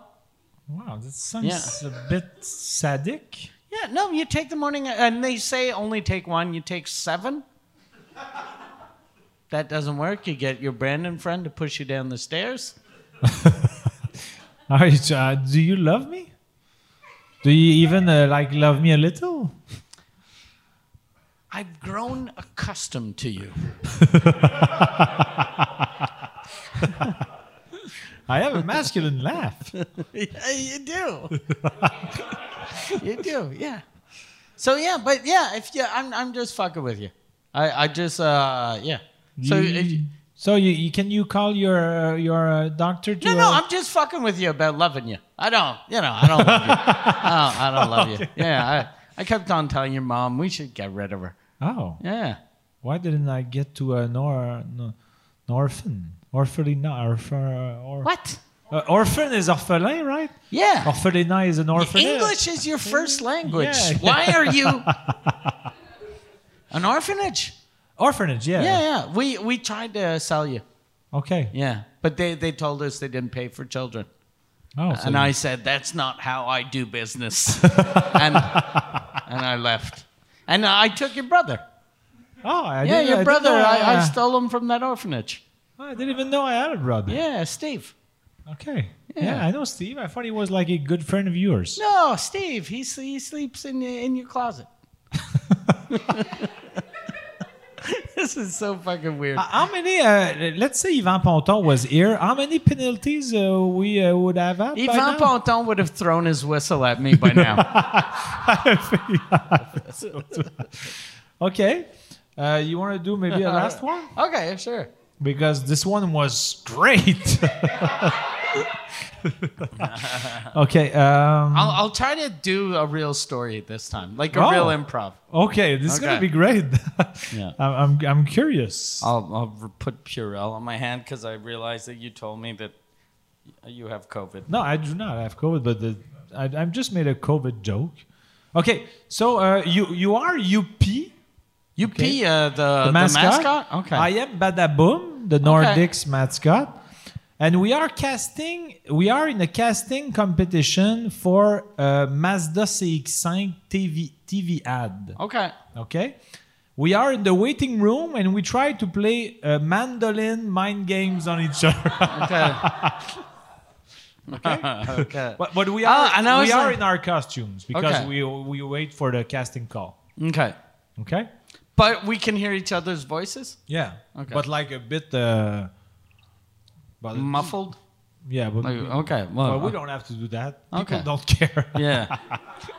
Wow, that sounds a bit sadic.
Yeah, no, you take the morning, and they say only take one. You take seven. That doesn't work. You get your Brandon friend to push you down the stairs.
Are you, uh, do you love me? Do you even uh, like love me a little?
I've grown accustomed to you.
I have a masculine laugh.
Yeah, you do. you do, yeah. So yeah, but yeah, if you, I'm, I'm just fucking with you. I, I just, uh, yeah. So if you-
You- so you, you can you call your uh, your uh, doctor to?
no, no,
uh,
I'm just fucking with you about loving you. I don't, you know, I don't love you. I don't, I don't love you. Yeah, I, I kept on telling your mom we should get rid of her.
oh,
Yeah.
why didn't I get to an, or, an orphan? Orphelina, orphan, or,
What?
Uh, orphan is orphelin, right?
Yeah.
Orphelina is an orphan.
English is your first language.
Yeah.
Why are you an orphanage?
Orphanage, yeah.
Yeah, yeah. We we tried to sell you.
Okay.
Yeah, but they, they told us they didn't pay for children.
Oh, so
Uh, and
you-
I said, that's not how I do business. and, and I left. And I took your brother.
oh, I
yeah,
didn't-
your
I didn't
brother.
know
I, I
uh,
stole him from that orphanage.
I didn't even know I had a brother.
Yeah, Steve.
Okay. Yeah.
Yeah.
I know Steve. I thought he was like a good friend of yours.
No, Steve. He, s- he sleeps in, in your closet. this is so fucking weird.
Uh, How many? Uh, let's say Yvan Ponton was here. How many penalties uh, we uh, would have had? by
Yvan
now?
Ponton would have thrown his whistle at me by now.
Okay. Uh, you want to do maybe a last one
okay, sure.
because this one was great. Okay. Um,
I'll, I'll try to do a real story this time, like a
Oh.
real improv.
okay, this is gonna
Okay.
be great.
Yeah.
I'm, I'm I'm curious.
I'll, I'll r- put Purell on my hand because I realized that you told me that you have COVID.
No, I do not have COVID, but the, I, I've just made a COVID joke. Okay, so uh, you you are UP,
You pee uh, the,
the mascot.
Okay.
I am Badaboom, the Nordics mascot, and we are casting. We are in a casting competition for uh, Mazda CX-5 TV TV ad.
okay.
Okay. We are in the waiting room and we try to play uh, mandolin mind games on each other.
Okay. okay. okay.
but, but we are,
Ah, and I
we
was
are
like-
in our costumes because
Okay.
we, we wait for the casting call.
Okay.
Okay.
But we can hear each other's voices
Yeah.
Okay.
But like a bit. Uh, but
muffled.
yeah, but,
Like,
we-
Oh, okay.
but
Well,
we don't have to do that. People
Okay.
don't care.
Yeah.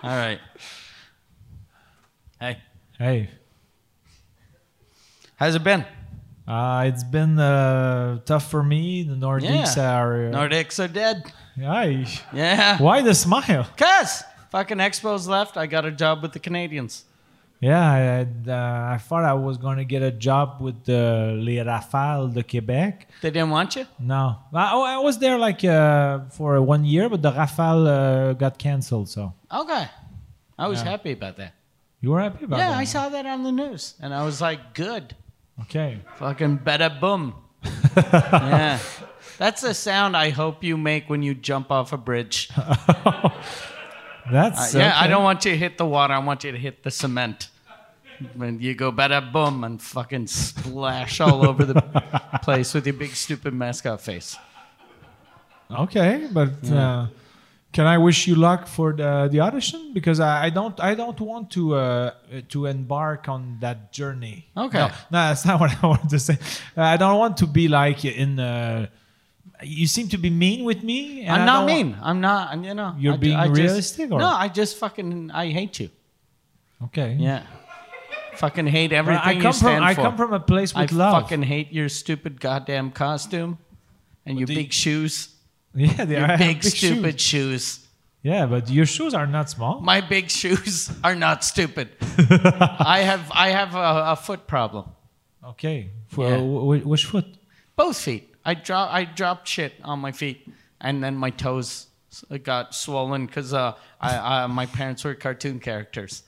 All right. Hey,
Hey,
how's it been?
uh, it's been uh, tough for me. The Nordics
Yeah.
are. Uh,
Nordics are dead.
Aye.
Yeah.
Why the smile?
Cause fucking Expos left. I got a job with the Canadians.
Yeah, I, had, uh, I thought I was going to get a job with the Les Rafales de Québec.
They didn't want you.
No, I, oh, I was there like uh, for one year, but the Rafale uh, got canceled. So
Okay. I was
Yeah.
happy about that.
you were happy about
yeah,
that?
I saw that on the news, and I was like, good.
Okay.
Fucking bada boom. yeah. That's the sound I hope you make when you jump off a bridge. Uh,
That's
yeah, I
okay.
don't want you to hit the water. I want you to hit the cement. When you go bada boom and fucking splash all over the place with your big stupid mascot face.
Okay, but uh, can I wish you luck for the, the audition because I, I don't I don't want to uh, uh, to embark on that journey.
Okay.
No, no, that's not what I wanted to say. Uh, I don't want to be like in. Uh, you seem to be mean with me. and
I'm
I
not
don't wa-
mean. I'm not. and, You know.
You're
I ju-
being
I just-
realistic, or-
No, I just fucking I hate you.
Okay.
Yeah. Fucking hate
Well,
everything
I
you
come
stand
from I
for.
come from a place
I
with love.
fucking hate your stupid goddamn costume and your
do
big shoes.
yeah, they
Your
are
big,
shoes.
stupid shoes.
Yeah, but your shoes are not small.
My big shoes are not stupid. I have I have a, a foot problem.
Okay. For
Yeah.
wh- wh- which foot?
Both feet. I drop I dropped shit on my feet, and then my toes s- got swollen because uh, I, I my parents were cartoon characters.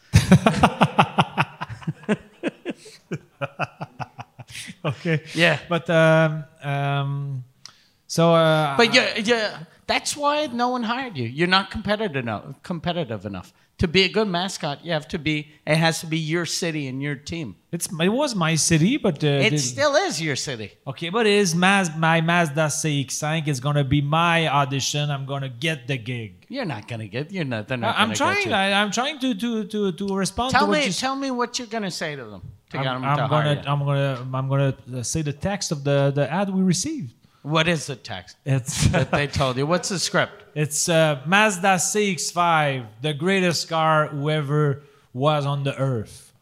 Okay.
Yeah.
But um, um, so uh,
But yeah, yeah, that's why no one hired you. You're not competitive enough. Competitive enough to be a good mascot. You have to be. It has to be your city and your team.
it's it was my city, but uh,
It
the-
still is your city.
okay. But it is Maz, my Mazda CX-5 is gonna be my audition. I'm gonna get the gig.
You're not gonna get. You're not. They're not
I, am
gonna get
trying.
you.
I, I'm trying to to to to respond. to
tell
what
me.
you s-
Tell me what you're gonna say to them. To get
I'm,
them
I'm
to hire
gonna I'm gonna I'm gonna uh, say the text of the the ad we received.
you. What is the text
It's
that they told you? What's the script?
It's uh, Mazda CX-5, the greatest car who ever was on the earth.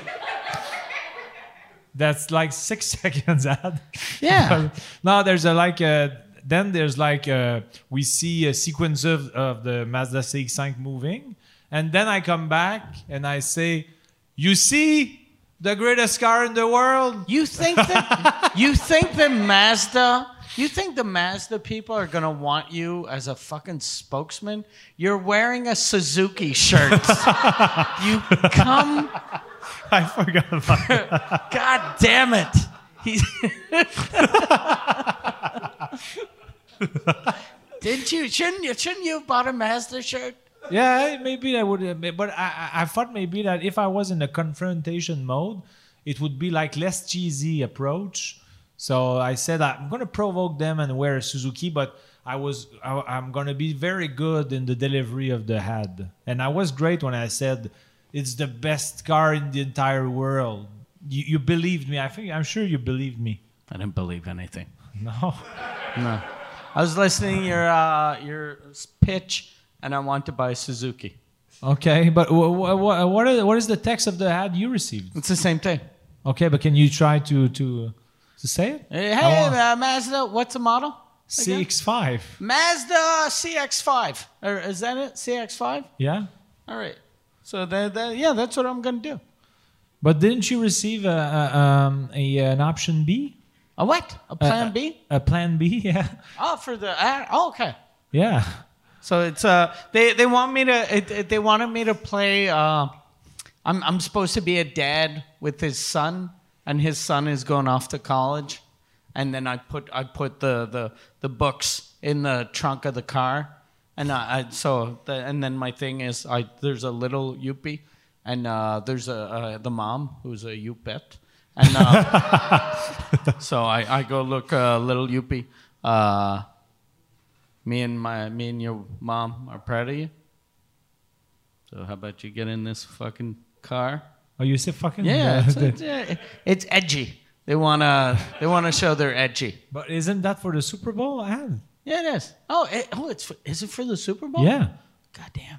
That's like six seconds ad.
Yeah.
no, there's a like a. Then there's like a, we see a sequence of, of the Mazda CX-5 moving, and then I come back and I say, "You see the greatest car in the world."
You think that? you think the Mazda? You think the Mazda people are gonna want you as a fucking spokesman? You're wearing a Suzuki shirt. you come.
I forgot about. it.
God damn it. He- Didn't you? Shouldn't you? Shouldn't you have bought a Mazda shirt?
Yeah, maybe I would, uh, ma- but I, I I thought maybe that if I was in a confrontation mode, it would be like less cheesy approach. So I said I'm gonna provoke them and wear a Suzuki, but I was I, I'm gonna be very good in the delivery of the head, and I was great when I said it's the best car in the entire world. You, you believed me. I think I'm sure you believed me.
I didn't believe anything.
No,
No. I was listening to your uh, your pitch, and I want to buy a Suzuki.
okay, but wh- wh- wh- what are, what is the text of the ad you received?
It's the same thing.
Okay, but can you try to to to say it?
Hey,
I want-
uh, Mazda, what's the model? again?
CX5.
Mazda CX5. Or Er, is that it? CX5?
Yeah.
All right. So that, that yeah, that's what I'm gonna do.
But didn't you receive a, a, um, a an option B?
A what? A plan B?
A plan B? Yeah.
Oh, for the uh, oh, okay.
Yeah.
So it's uh they they want me to it, it- they wanted me to play uh I'm I'm supposed to be a dad with his son and his son is going off to college and then I put I put the the the books in the trunk of the car and I, I so the, and then my thing is I there's a little yuppie and uh there's a uh, the mom who's a yupet and uh, so I I go look uh, little yuppie uh me and my me and your mom are proud of you. So how about you get in this fucking car?
Oh, you said fucking
Yeah,
the-
it's,
the-
it's, uh, it's edgy. They wanna they wanna show they're edgy.
but isn't that for the Super Bowl ad?
Yeah, it is. Oh, it, oh, it's for, is it for the Super Bowl?
Yeah.
God damn.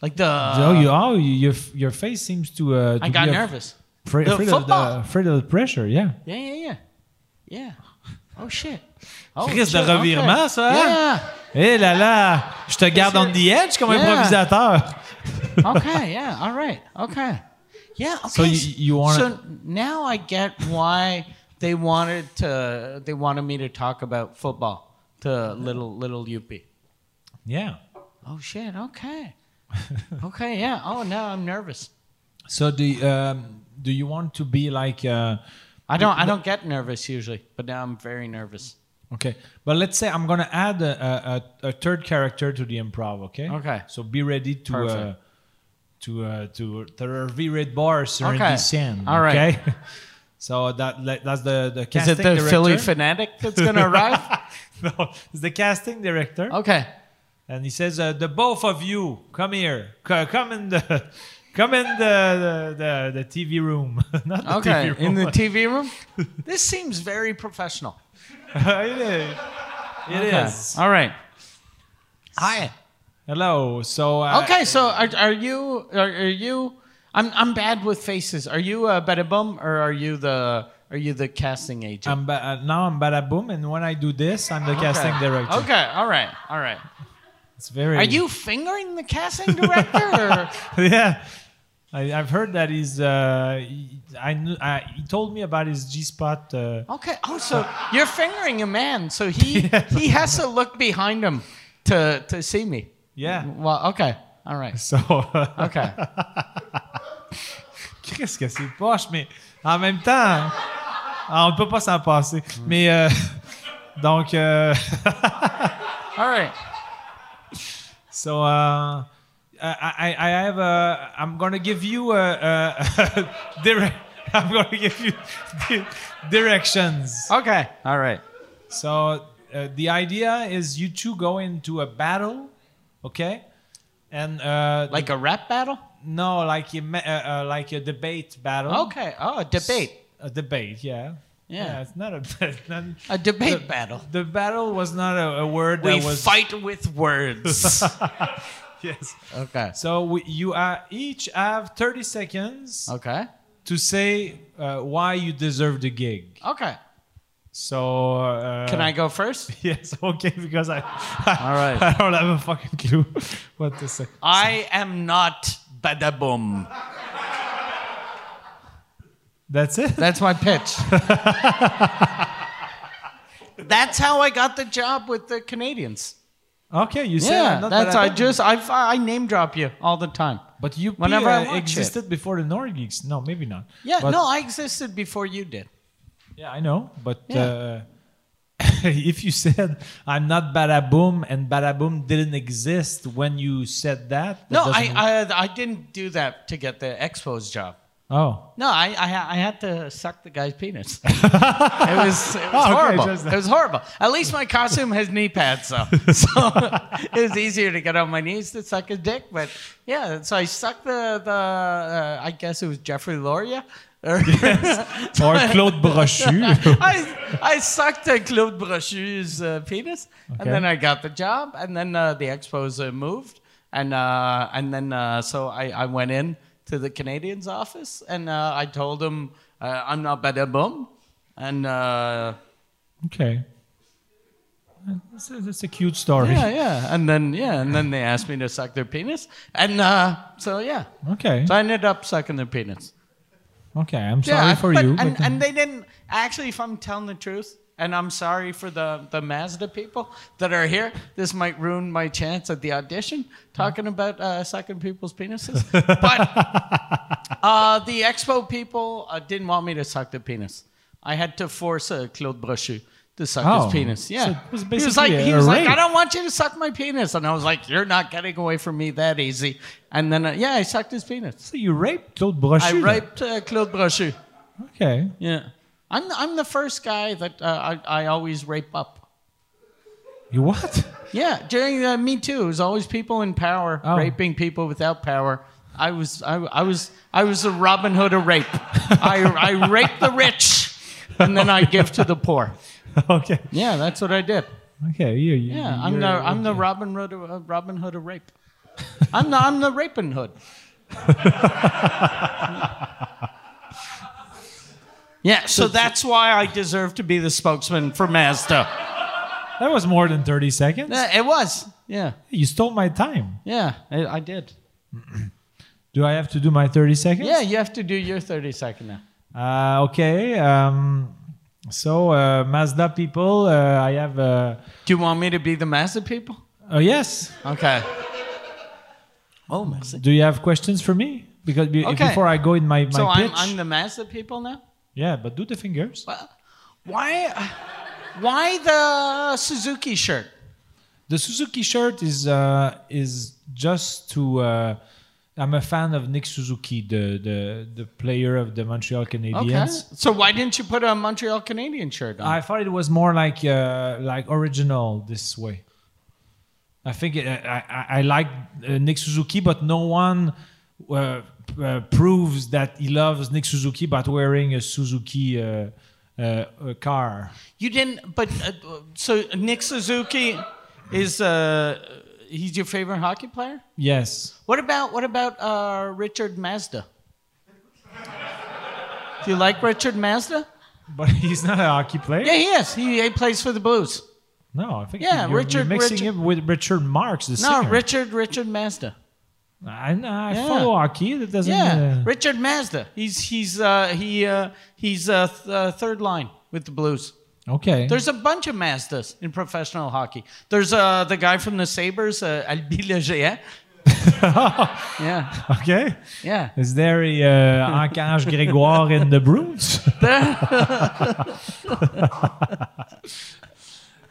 Like the
oh, you oh, you, your f- your face seems to. Uh, to
uh, I got
be a-
nervous.
Afraid,
The
afraid of the,
football.
afraid of the pressure. Yeah.
Yeah, yeah, yeah, yeah. Oh shit. Oh,
Crise de
shit,
revirement, ça, hein?
Yeah.
Eh là là, je te garde on the edge comme
Yeah.
improvisateur.
okay, yeah, all right, okay, yeah. Okay.
So you- you wanna-
So now I get why they wanted to. They wanted me to talk about football to little little Yuppie.
Yeah.
Oh shit. Okay. Okay. Yeah. Oh now I'm nervous.
So do um, do you want to be like uh,
I don't. I don't get nervous usually, but now I'm very nervous.
okay? But let's say I'm gonna add a, a, a, a third character to the improv. Okay.
Okay.
So be ready to uh,
Perfect.
to uh, to to revirer bar sur
Okay.
okay. scène.
All right.
Okay? so that that- that's the the
Is it
casting
the
director.
Philly fanatic that's gonna arrive? Oh.
no, it's the casting director.
Okay.
and he says, uh, "The both of you, come here, C- come in the, come in the the, the, the TV room, not the
Okay.
TV room."
In the TV room. This seems very professional.
it is. It
Okay.
is.
All right. Hi.
Hello. So uh,
Okay, so are, are you are, are you? I'm I'm bad with faces. Are you uh, Bada Bum or are you the are you the casting agent?
I'm ba- uh, now I'm bada boom, and when I do this, I'm the casting director.
Okay, all right, all right.
It's very.
Are you fingering the casting director? or?
yeah. I, I've heard that he's. Uh, he, I knew. I, he told me about his G spot. Uh,
Okay. Oh, so you're fingering a man, so he he has to look behind him to to see me.
yeah.
Well, okay, all right,
So.
okay.
Qu'est-ce que c'est poche, mais en même temps, on ne peut pas s'en passer.
Hmm.
Mais euh, donc, euh,
All right.
so uh, I, I, I have a, I'm gonna give you a, a direct. I'm gonna give you di- directions.
Okay. All right.
So uh, the idea is you two go into a battle, okay? And uh,
Like a rap battle?
no, like a, ma- uh, uh, like a debate battle.
Okay. Oh, a debate.
A debate, yeah.
Yeah.
it's not a it's not,
A debate battle.
The battle was not a, a word
We
that was
fight with words.
yes.
okay.
So we, you are each have 30 seconds
Okay.
to say uh, why you deserve the gig.
Okay.
So uh,
Can I go first?
Yes, okay, because I,
All right.
I don't have a fucking clue what to say.
I am not badaboom.
That's it.
That's my pitch. That's how I got the job with the Canadians.
Okay, you said
yeah,
I'm not
that's
bad at
I
that.
just I I name drop you all the time.
But you
whenever I watch it.
existed before the Nordics. No, maybe not.
Yeah,
But-
no, I existed before you did.
Yeah, I know, but
Yeah.
uh, if you said I'm not Badaboom and Badaboom didn't exist when you said that, that
No, I,
doesn't-
I I didn't do that to get the Expos job.
oh,
No, I, I, ha- I had to suck the guy's penis. it was, it was
Oh, okay,
horrible.
just that.
it was horrible. At least my costume has knee pads, though. So it was easier to get on my knees to suck his dick. But yeah, so I sucked the, the uh, I guess it was Jeffrey Loria. Or
or Claude Brochu.
I, I sucked uh, Claude Brochu's uh, penis,
Okay.
and then I got the job, and then uh, the expos uh, moved, and uh, and then uh, so I, I went in to the Canadian's office, and uh, I told him uh, I'm not bada bum, And uh,
Okay. That's a, that's a cute story.
yeah, yeah. And then, yeah. And then they asked me to suck their penis. And uh, so, yeah.
Okay.
So I ended up sucking their penis.
Okay. I'm sorry
yeah,
for
but-
you.
And,
but- uh,
and they didn't. Actually, if I'm telling the truth, and I'm sorry for the, the Mazda people that are here, this might ruin my chance at the audition talking about uh, sucking people's penises. but uh, the expo people uh, didn't want me to suck the penis. I had to force uh, Claude Brochu to suck
Oh,
his penis.
so
Yeah.
it was
he was
basically
like,
a-
he
a
was like, I
rape.
don't want you to suck my penis. And I was like, you're not getting away from me that easy. And then, uh, yeah, I sucked his penis.
so you raped Claude Brochu.
I
then?
raped uh, Claude Brochu.
Okay.
Yeah. I'm, I'm the first guy that uh, I, I always rape up.
You what?
Yeah, during the Me Too, it was always people in power
Oh.
raping people without power. I was I, I was I was the Robin Hood of rape. I, I rape the rich, and then I give to the poor.
okay.
Yeah, that's what I did.
Okay. You, you,
Yeah, I'm the
you're-
I'm the Robin Hood of, uh, Robin Hood of rape. I'm the I'm the raping hood. yeah, so that's why I deserve to be the spokesman for Mazda.
That was more than 30 seconds.
Yeah, it was. Yeah,
You stole my time.
yeah, I, I did.
Do I have to do my 30 seconds?
Yeah, you have to do your 30 second now.
Uh, okay. Um, so, uh, Mazda people, uh, I have. Uh,
Do you want me to be the Mazda people?
oh, yes.
Okay. Oh, Mazda.
Do you have questions for me? Because be-
Okay.
before I go in my, my
So
pitch.
I'm, I'm the Mazda people now?
yeah, but do the fingers.
Well, Why, why the Suzuki shirt?
The Suzuki shirt is uh, is just to. Uh, I'm a fan of Nick Suzuki, the the, the player of the Montreal
Okay.
Canadiens.
So why didn't you put a Montreal Canadian shirt on?
I thought it was more like uh, like original this way. I think it, I, I, I like uh, Nick Suzuki, but no one uh, p- uh, proves that he loves Nick Suzuki by wearing a Suzuki uh, uh, uh, car.
you didn't, but uh, so Nick Suzuki is uh, he's your favorite hockey player.
Yes.
What about what about uh, Richard Mazda? Do you like Richard Mazda?
But he's not a hockey player.
Yeah, he is. He, he plays for the Blues.
No, I think
Yeah,
you're, you're
Richard-
mixing
Richard-
him with Richard Marx, the
No,
singer.
Richard Richard Mazda.
I, know, I
Yeah.
follow hockey. That doesn't.
Yeah,
uh,
Richard Mazda. He's he's uh, he uh, he's uh, th- uh, third line with the Blues.
okay.
There's a bunch of Mazdas in professional hockey. There's uh, the guy from the Sabers, uh, Albi Leger. yeah,
okay.
yeah.
Is there a uh, Archange Grégoire in the Bruins?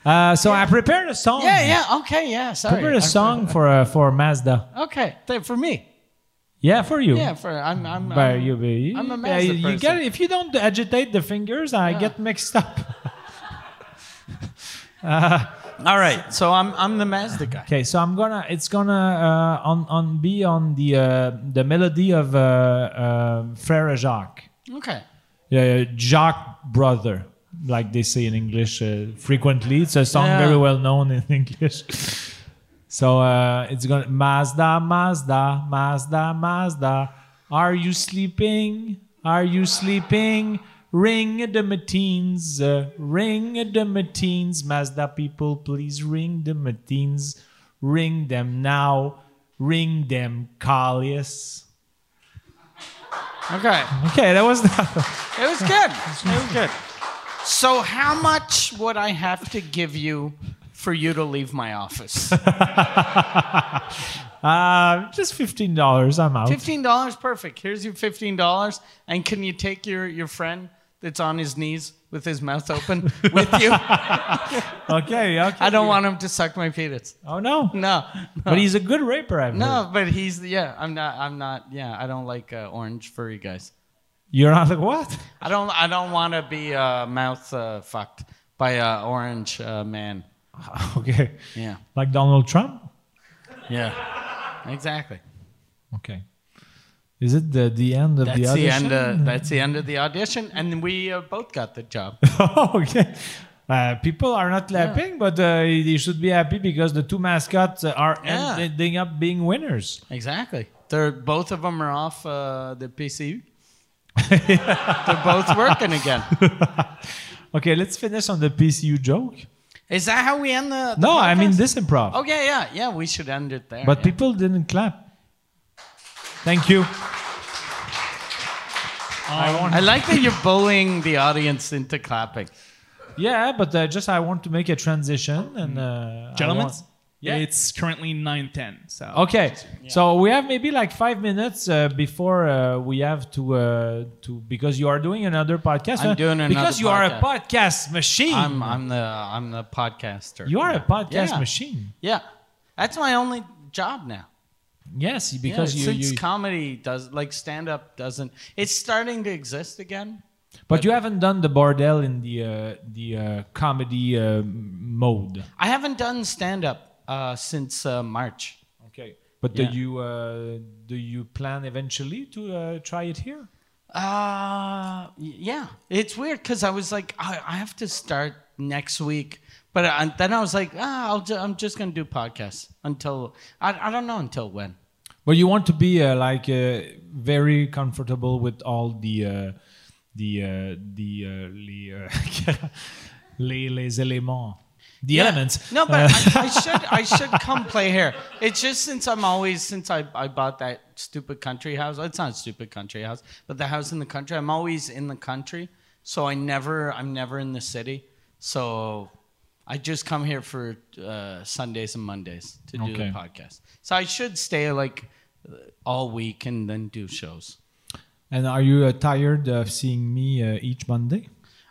uh, so I prepared a song.
Yeah, yeah. Okay, yeah.
I
Sorry.
prepared a
I-
song for uh, for Mazda.
Okay, th- for me.
Yeah, for you.
Yeah, for I'm I'm.
But
I'm-
you, be-
I'm a Mazda
yeah, you, you
person.
get it. if you don't agitate the fingers, I get mixed up.
All right, so I'm I'm the Mazda guy.
Okay, so I'm gonna it's gonna uh, on on be on the uh, the melody of uh, uh, Frère Jacques,
Okay.
uh, Jacques brother, like they say in English uh, frequently. It's a song
Yeah.
very well known in English. so uh, it's gonna Mazda, Mazda, Mazda, Mazda. Are you sleeping? Are you sleeping? Ring the matines, uh, ring the matines, Mazda people, please ring the matines, ring them now, ring them, Callias.
Okay.
Okay, that was
It was good. It was good. So, how much would I have to give you for you to leave my office?
Uh, just fifteen dollars. I'm out.
Fifteen dollars, perfect. Here's your fifteen dollars, and can you take your your friend that's on his knees with his mouth open with you?
Okay, okay.
I don't want him to suck my penis.
Oh no!
No,
But he's a good raper. I've heard.
no. But he's yeah. I'm not. I'm not. Yeah. I don't like uh, orange furry guys.
You're not like what?
I don't. I don't want to be uh, mouth uh, fucked by a orange uh, man.
Okay,
Yeah.
like Donald Trump.
Yeah. Exactly.
Okay. Is it the the end of the
That's the,
audition?
end. Uh, that's the end of the audition, and we uh, both got the job.
oh, okay. Uh, people are not clapping, but uh, they should be happy because the two mascots are
Yeah.
ending up being winners.
exactly. They're both of them are off uh, the PCU. They're both working again.
Okay, let's finish on the PCU joke.
Is that how we end the? the
No, I mean
podcast?
this improv.
Okay, yeah, yeah. We should end it there.
But
yeah.
people didn't clap. Thank you. I want-
I like that you're bullying the audience into clapping.
yeah, but uh, just I want to make a transition and uh, I
Gentlemen,
want- Yeah.
it's currently 9.10, so.
Okay, so we have maybe like five minutes uh, before uh, we have to uh, to because you are doing another podcast.
I'm
huh?
doing another
because you are a podcast machine.
I'm I'm the I'm the podcaster.
you are a podcast
Yeah.
machine.
Yeah, that's my only job now.
Yes,
Yeah,
because you,
since
you
comedy does like stand up doesn't, it's starting to exist again.
but you haven't done the bordel in the uh, the uh, comedy uh, mode.
I haven't done stand up uh, since uh, March.
Okay, but
Yeah.
do you uh, do you plan eventually to uh, try it here?
Uh, y- yeah, it's weird because I was like, I, I have to start next week, but I, then I was like, ah, I'll ju- I'm just gonna do podcasts until I, I don't know until when.
But you want to be uh, like uh, very comfortable with all the uh, the uh, the uh, les, uh, les les éléments, the
Yeah.
elements.
No,
Uh,
but I, I should I should come play here. It's just since I'm always since I, I bought that stupid country house. It's not a stupid country house, but the house in the country. I'm always in the country, so I never I'm never in the city. So I just come here for uh, Sundays and Mondays to do the
Okay.
podcast. So I should stay like uh, all week and then do shows.
and are you uh, tired of seeing me uh, each Monday?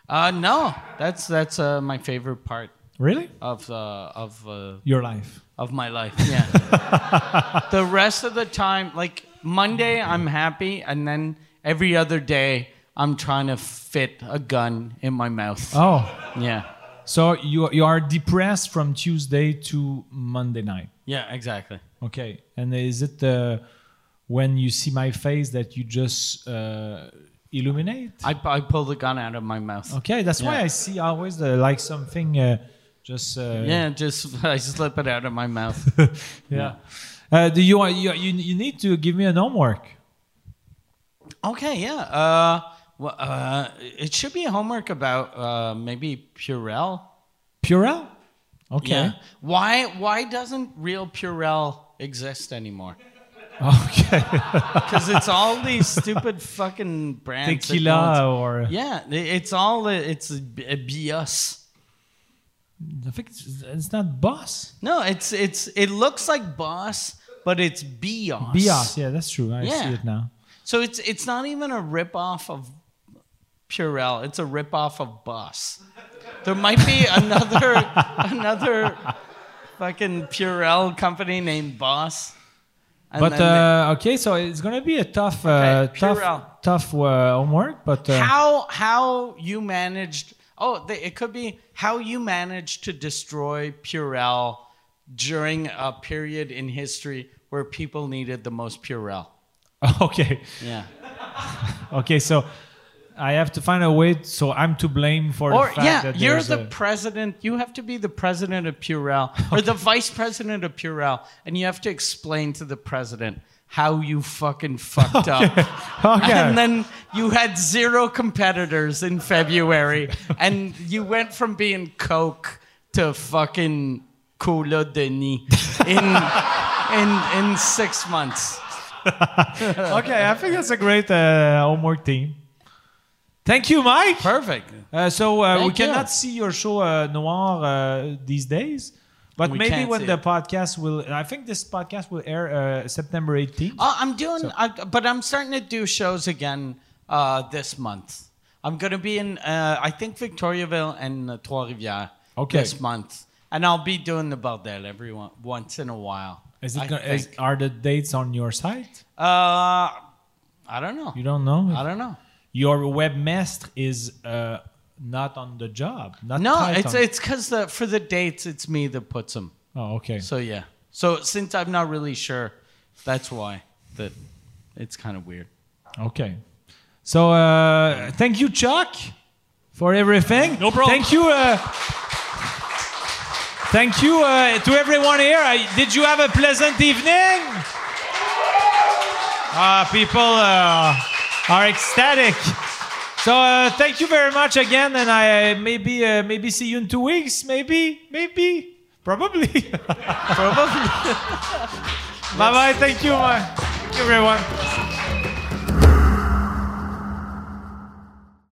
Uh, no, that's that's uh, my favorite part
Really,
of uh, of. Uh,
your life?
of my life. Yeah. the rest of the time, like Monday, I'm happy, and then every other day, I'm trying to fit a gun in my mouth.
Oh,
Yeah.
so you you are depressed from Tuesday to Monday night.
Yeah. Exactly.
Okay, and is it uh, when you see my face that you just uh, illuminate?
I, I pull the gun out of my mouth.
Okay, that's why
Yeah.
I see always the, like something uh, just uh,
Yeah, just I slip it out of my mouth.
yeah. Uh, do you want you, you you need to give me an homework?
okay, yeah. Uh, well, uh, it should be homework about uh, maybe Purell.
Purell. Okay.
Yeah. Why why doesn't real Purell exist anymore?
Okay.
Because it's all these stupid fucking brands. that no one's-
Tequila or uh,
Yeah, i- it's all it's a b- a BS.
I think it's, it's not boss.
No, it's it's it looks like boss, but it's BS.
Bios. Yeah, that's true. I
Yeah.
see it now.
So it's it's not even a ripoff of Purell. It's a ripoff of Boss. There might be another another fucking Purell company named Boss. And
But
then they-
uh, okay, so it's gonna be a tough, uh,
Okay, Purell.
tough, tough uh, homework. But uh,
how how you managed oh the, it could be how you managed to destroy purell during a period in history where people needed the most purell
okay.
yeah
Okay, so I have to find a way. So I'm to blame for
or
the fact
yeah
that
you're
there's
the
a-
president you have to be the president of purell or the vice president of purell and you have to explain to the president how you fucking fucked up
okay.
And then you had zero competitors in February, and you went from being Coke to fucking Cola Denis in in in six months.
okay, I think that's a great uh, homework team. Thank you, Mike.
Perfect.
Uh, so uh, we
Thank you.
cannot see your show uh, Noir uh, these days, but
We
maybe
can't
when
see
the
it.
podcast will, I think this podcast will air uh, September 18th.
Oh, I'm doing, I, but I'm starting to do shows again uh, this month. I'm gonna be in, uh, I think Victoriaville and uh, Trois Rivières
Okay.
this month, and I'll be doing the Bordel every one, once in a while.
Is it
I
gonna, is,
think.
are the dates on your site?
Uh, I don't know.
You don't know.
I don't know.
your webmaster is uh, not on the job. Not
No,
tight
it's
on-
it's because the for the dates, it's me that puts them.
Oh, okay.
So yeah. So since I'm not really sure, that's why that it's kind of weird.
Okay. So uh, thank you, Chuck, for everything.
No problem.
Thank you. Uh, thank you uh, to everyone here. I, did you have a pleasant evening? Ah, people. Uh, are ecstatic. So uh, thank you very much again, and I uh, maybe uh, maybe see you in two weeks. Maybe, maybe, probably, probably. bye bye. Thank you. uh, Thank you, everyone.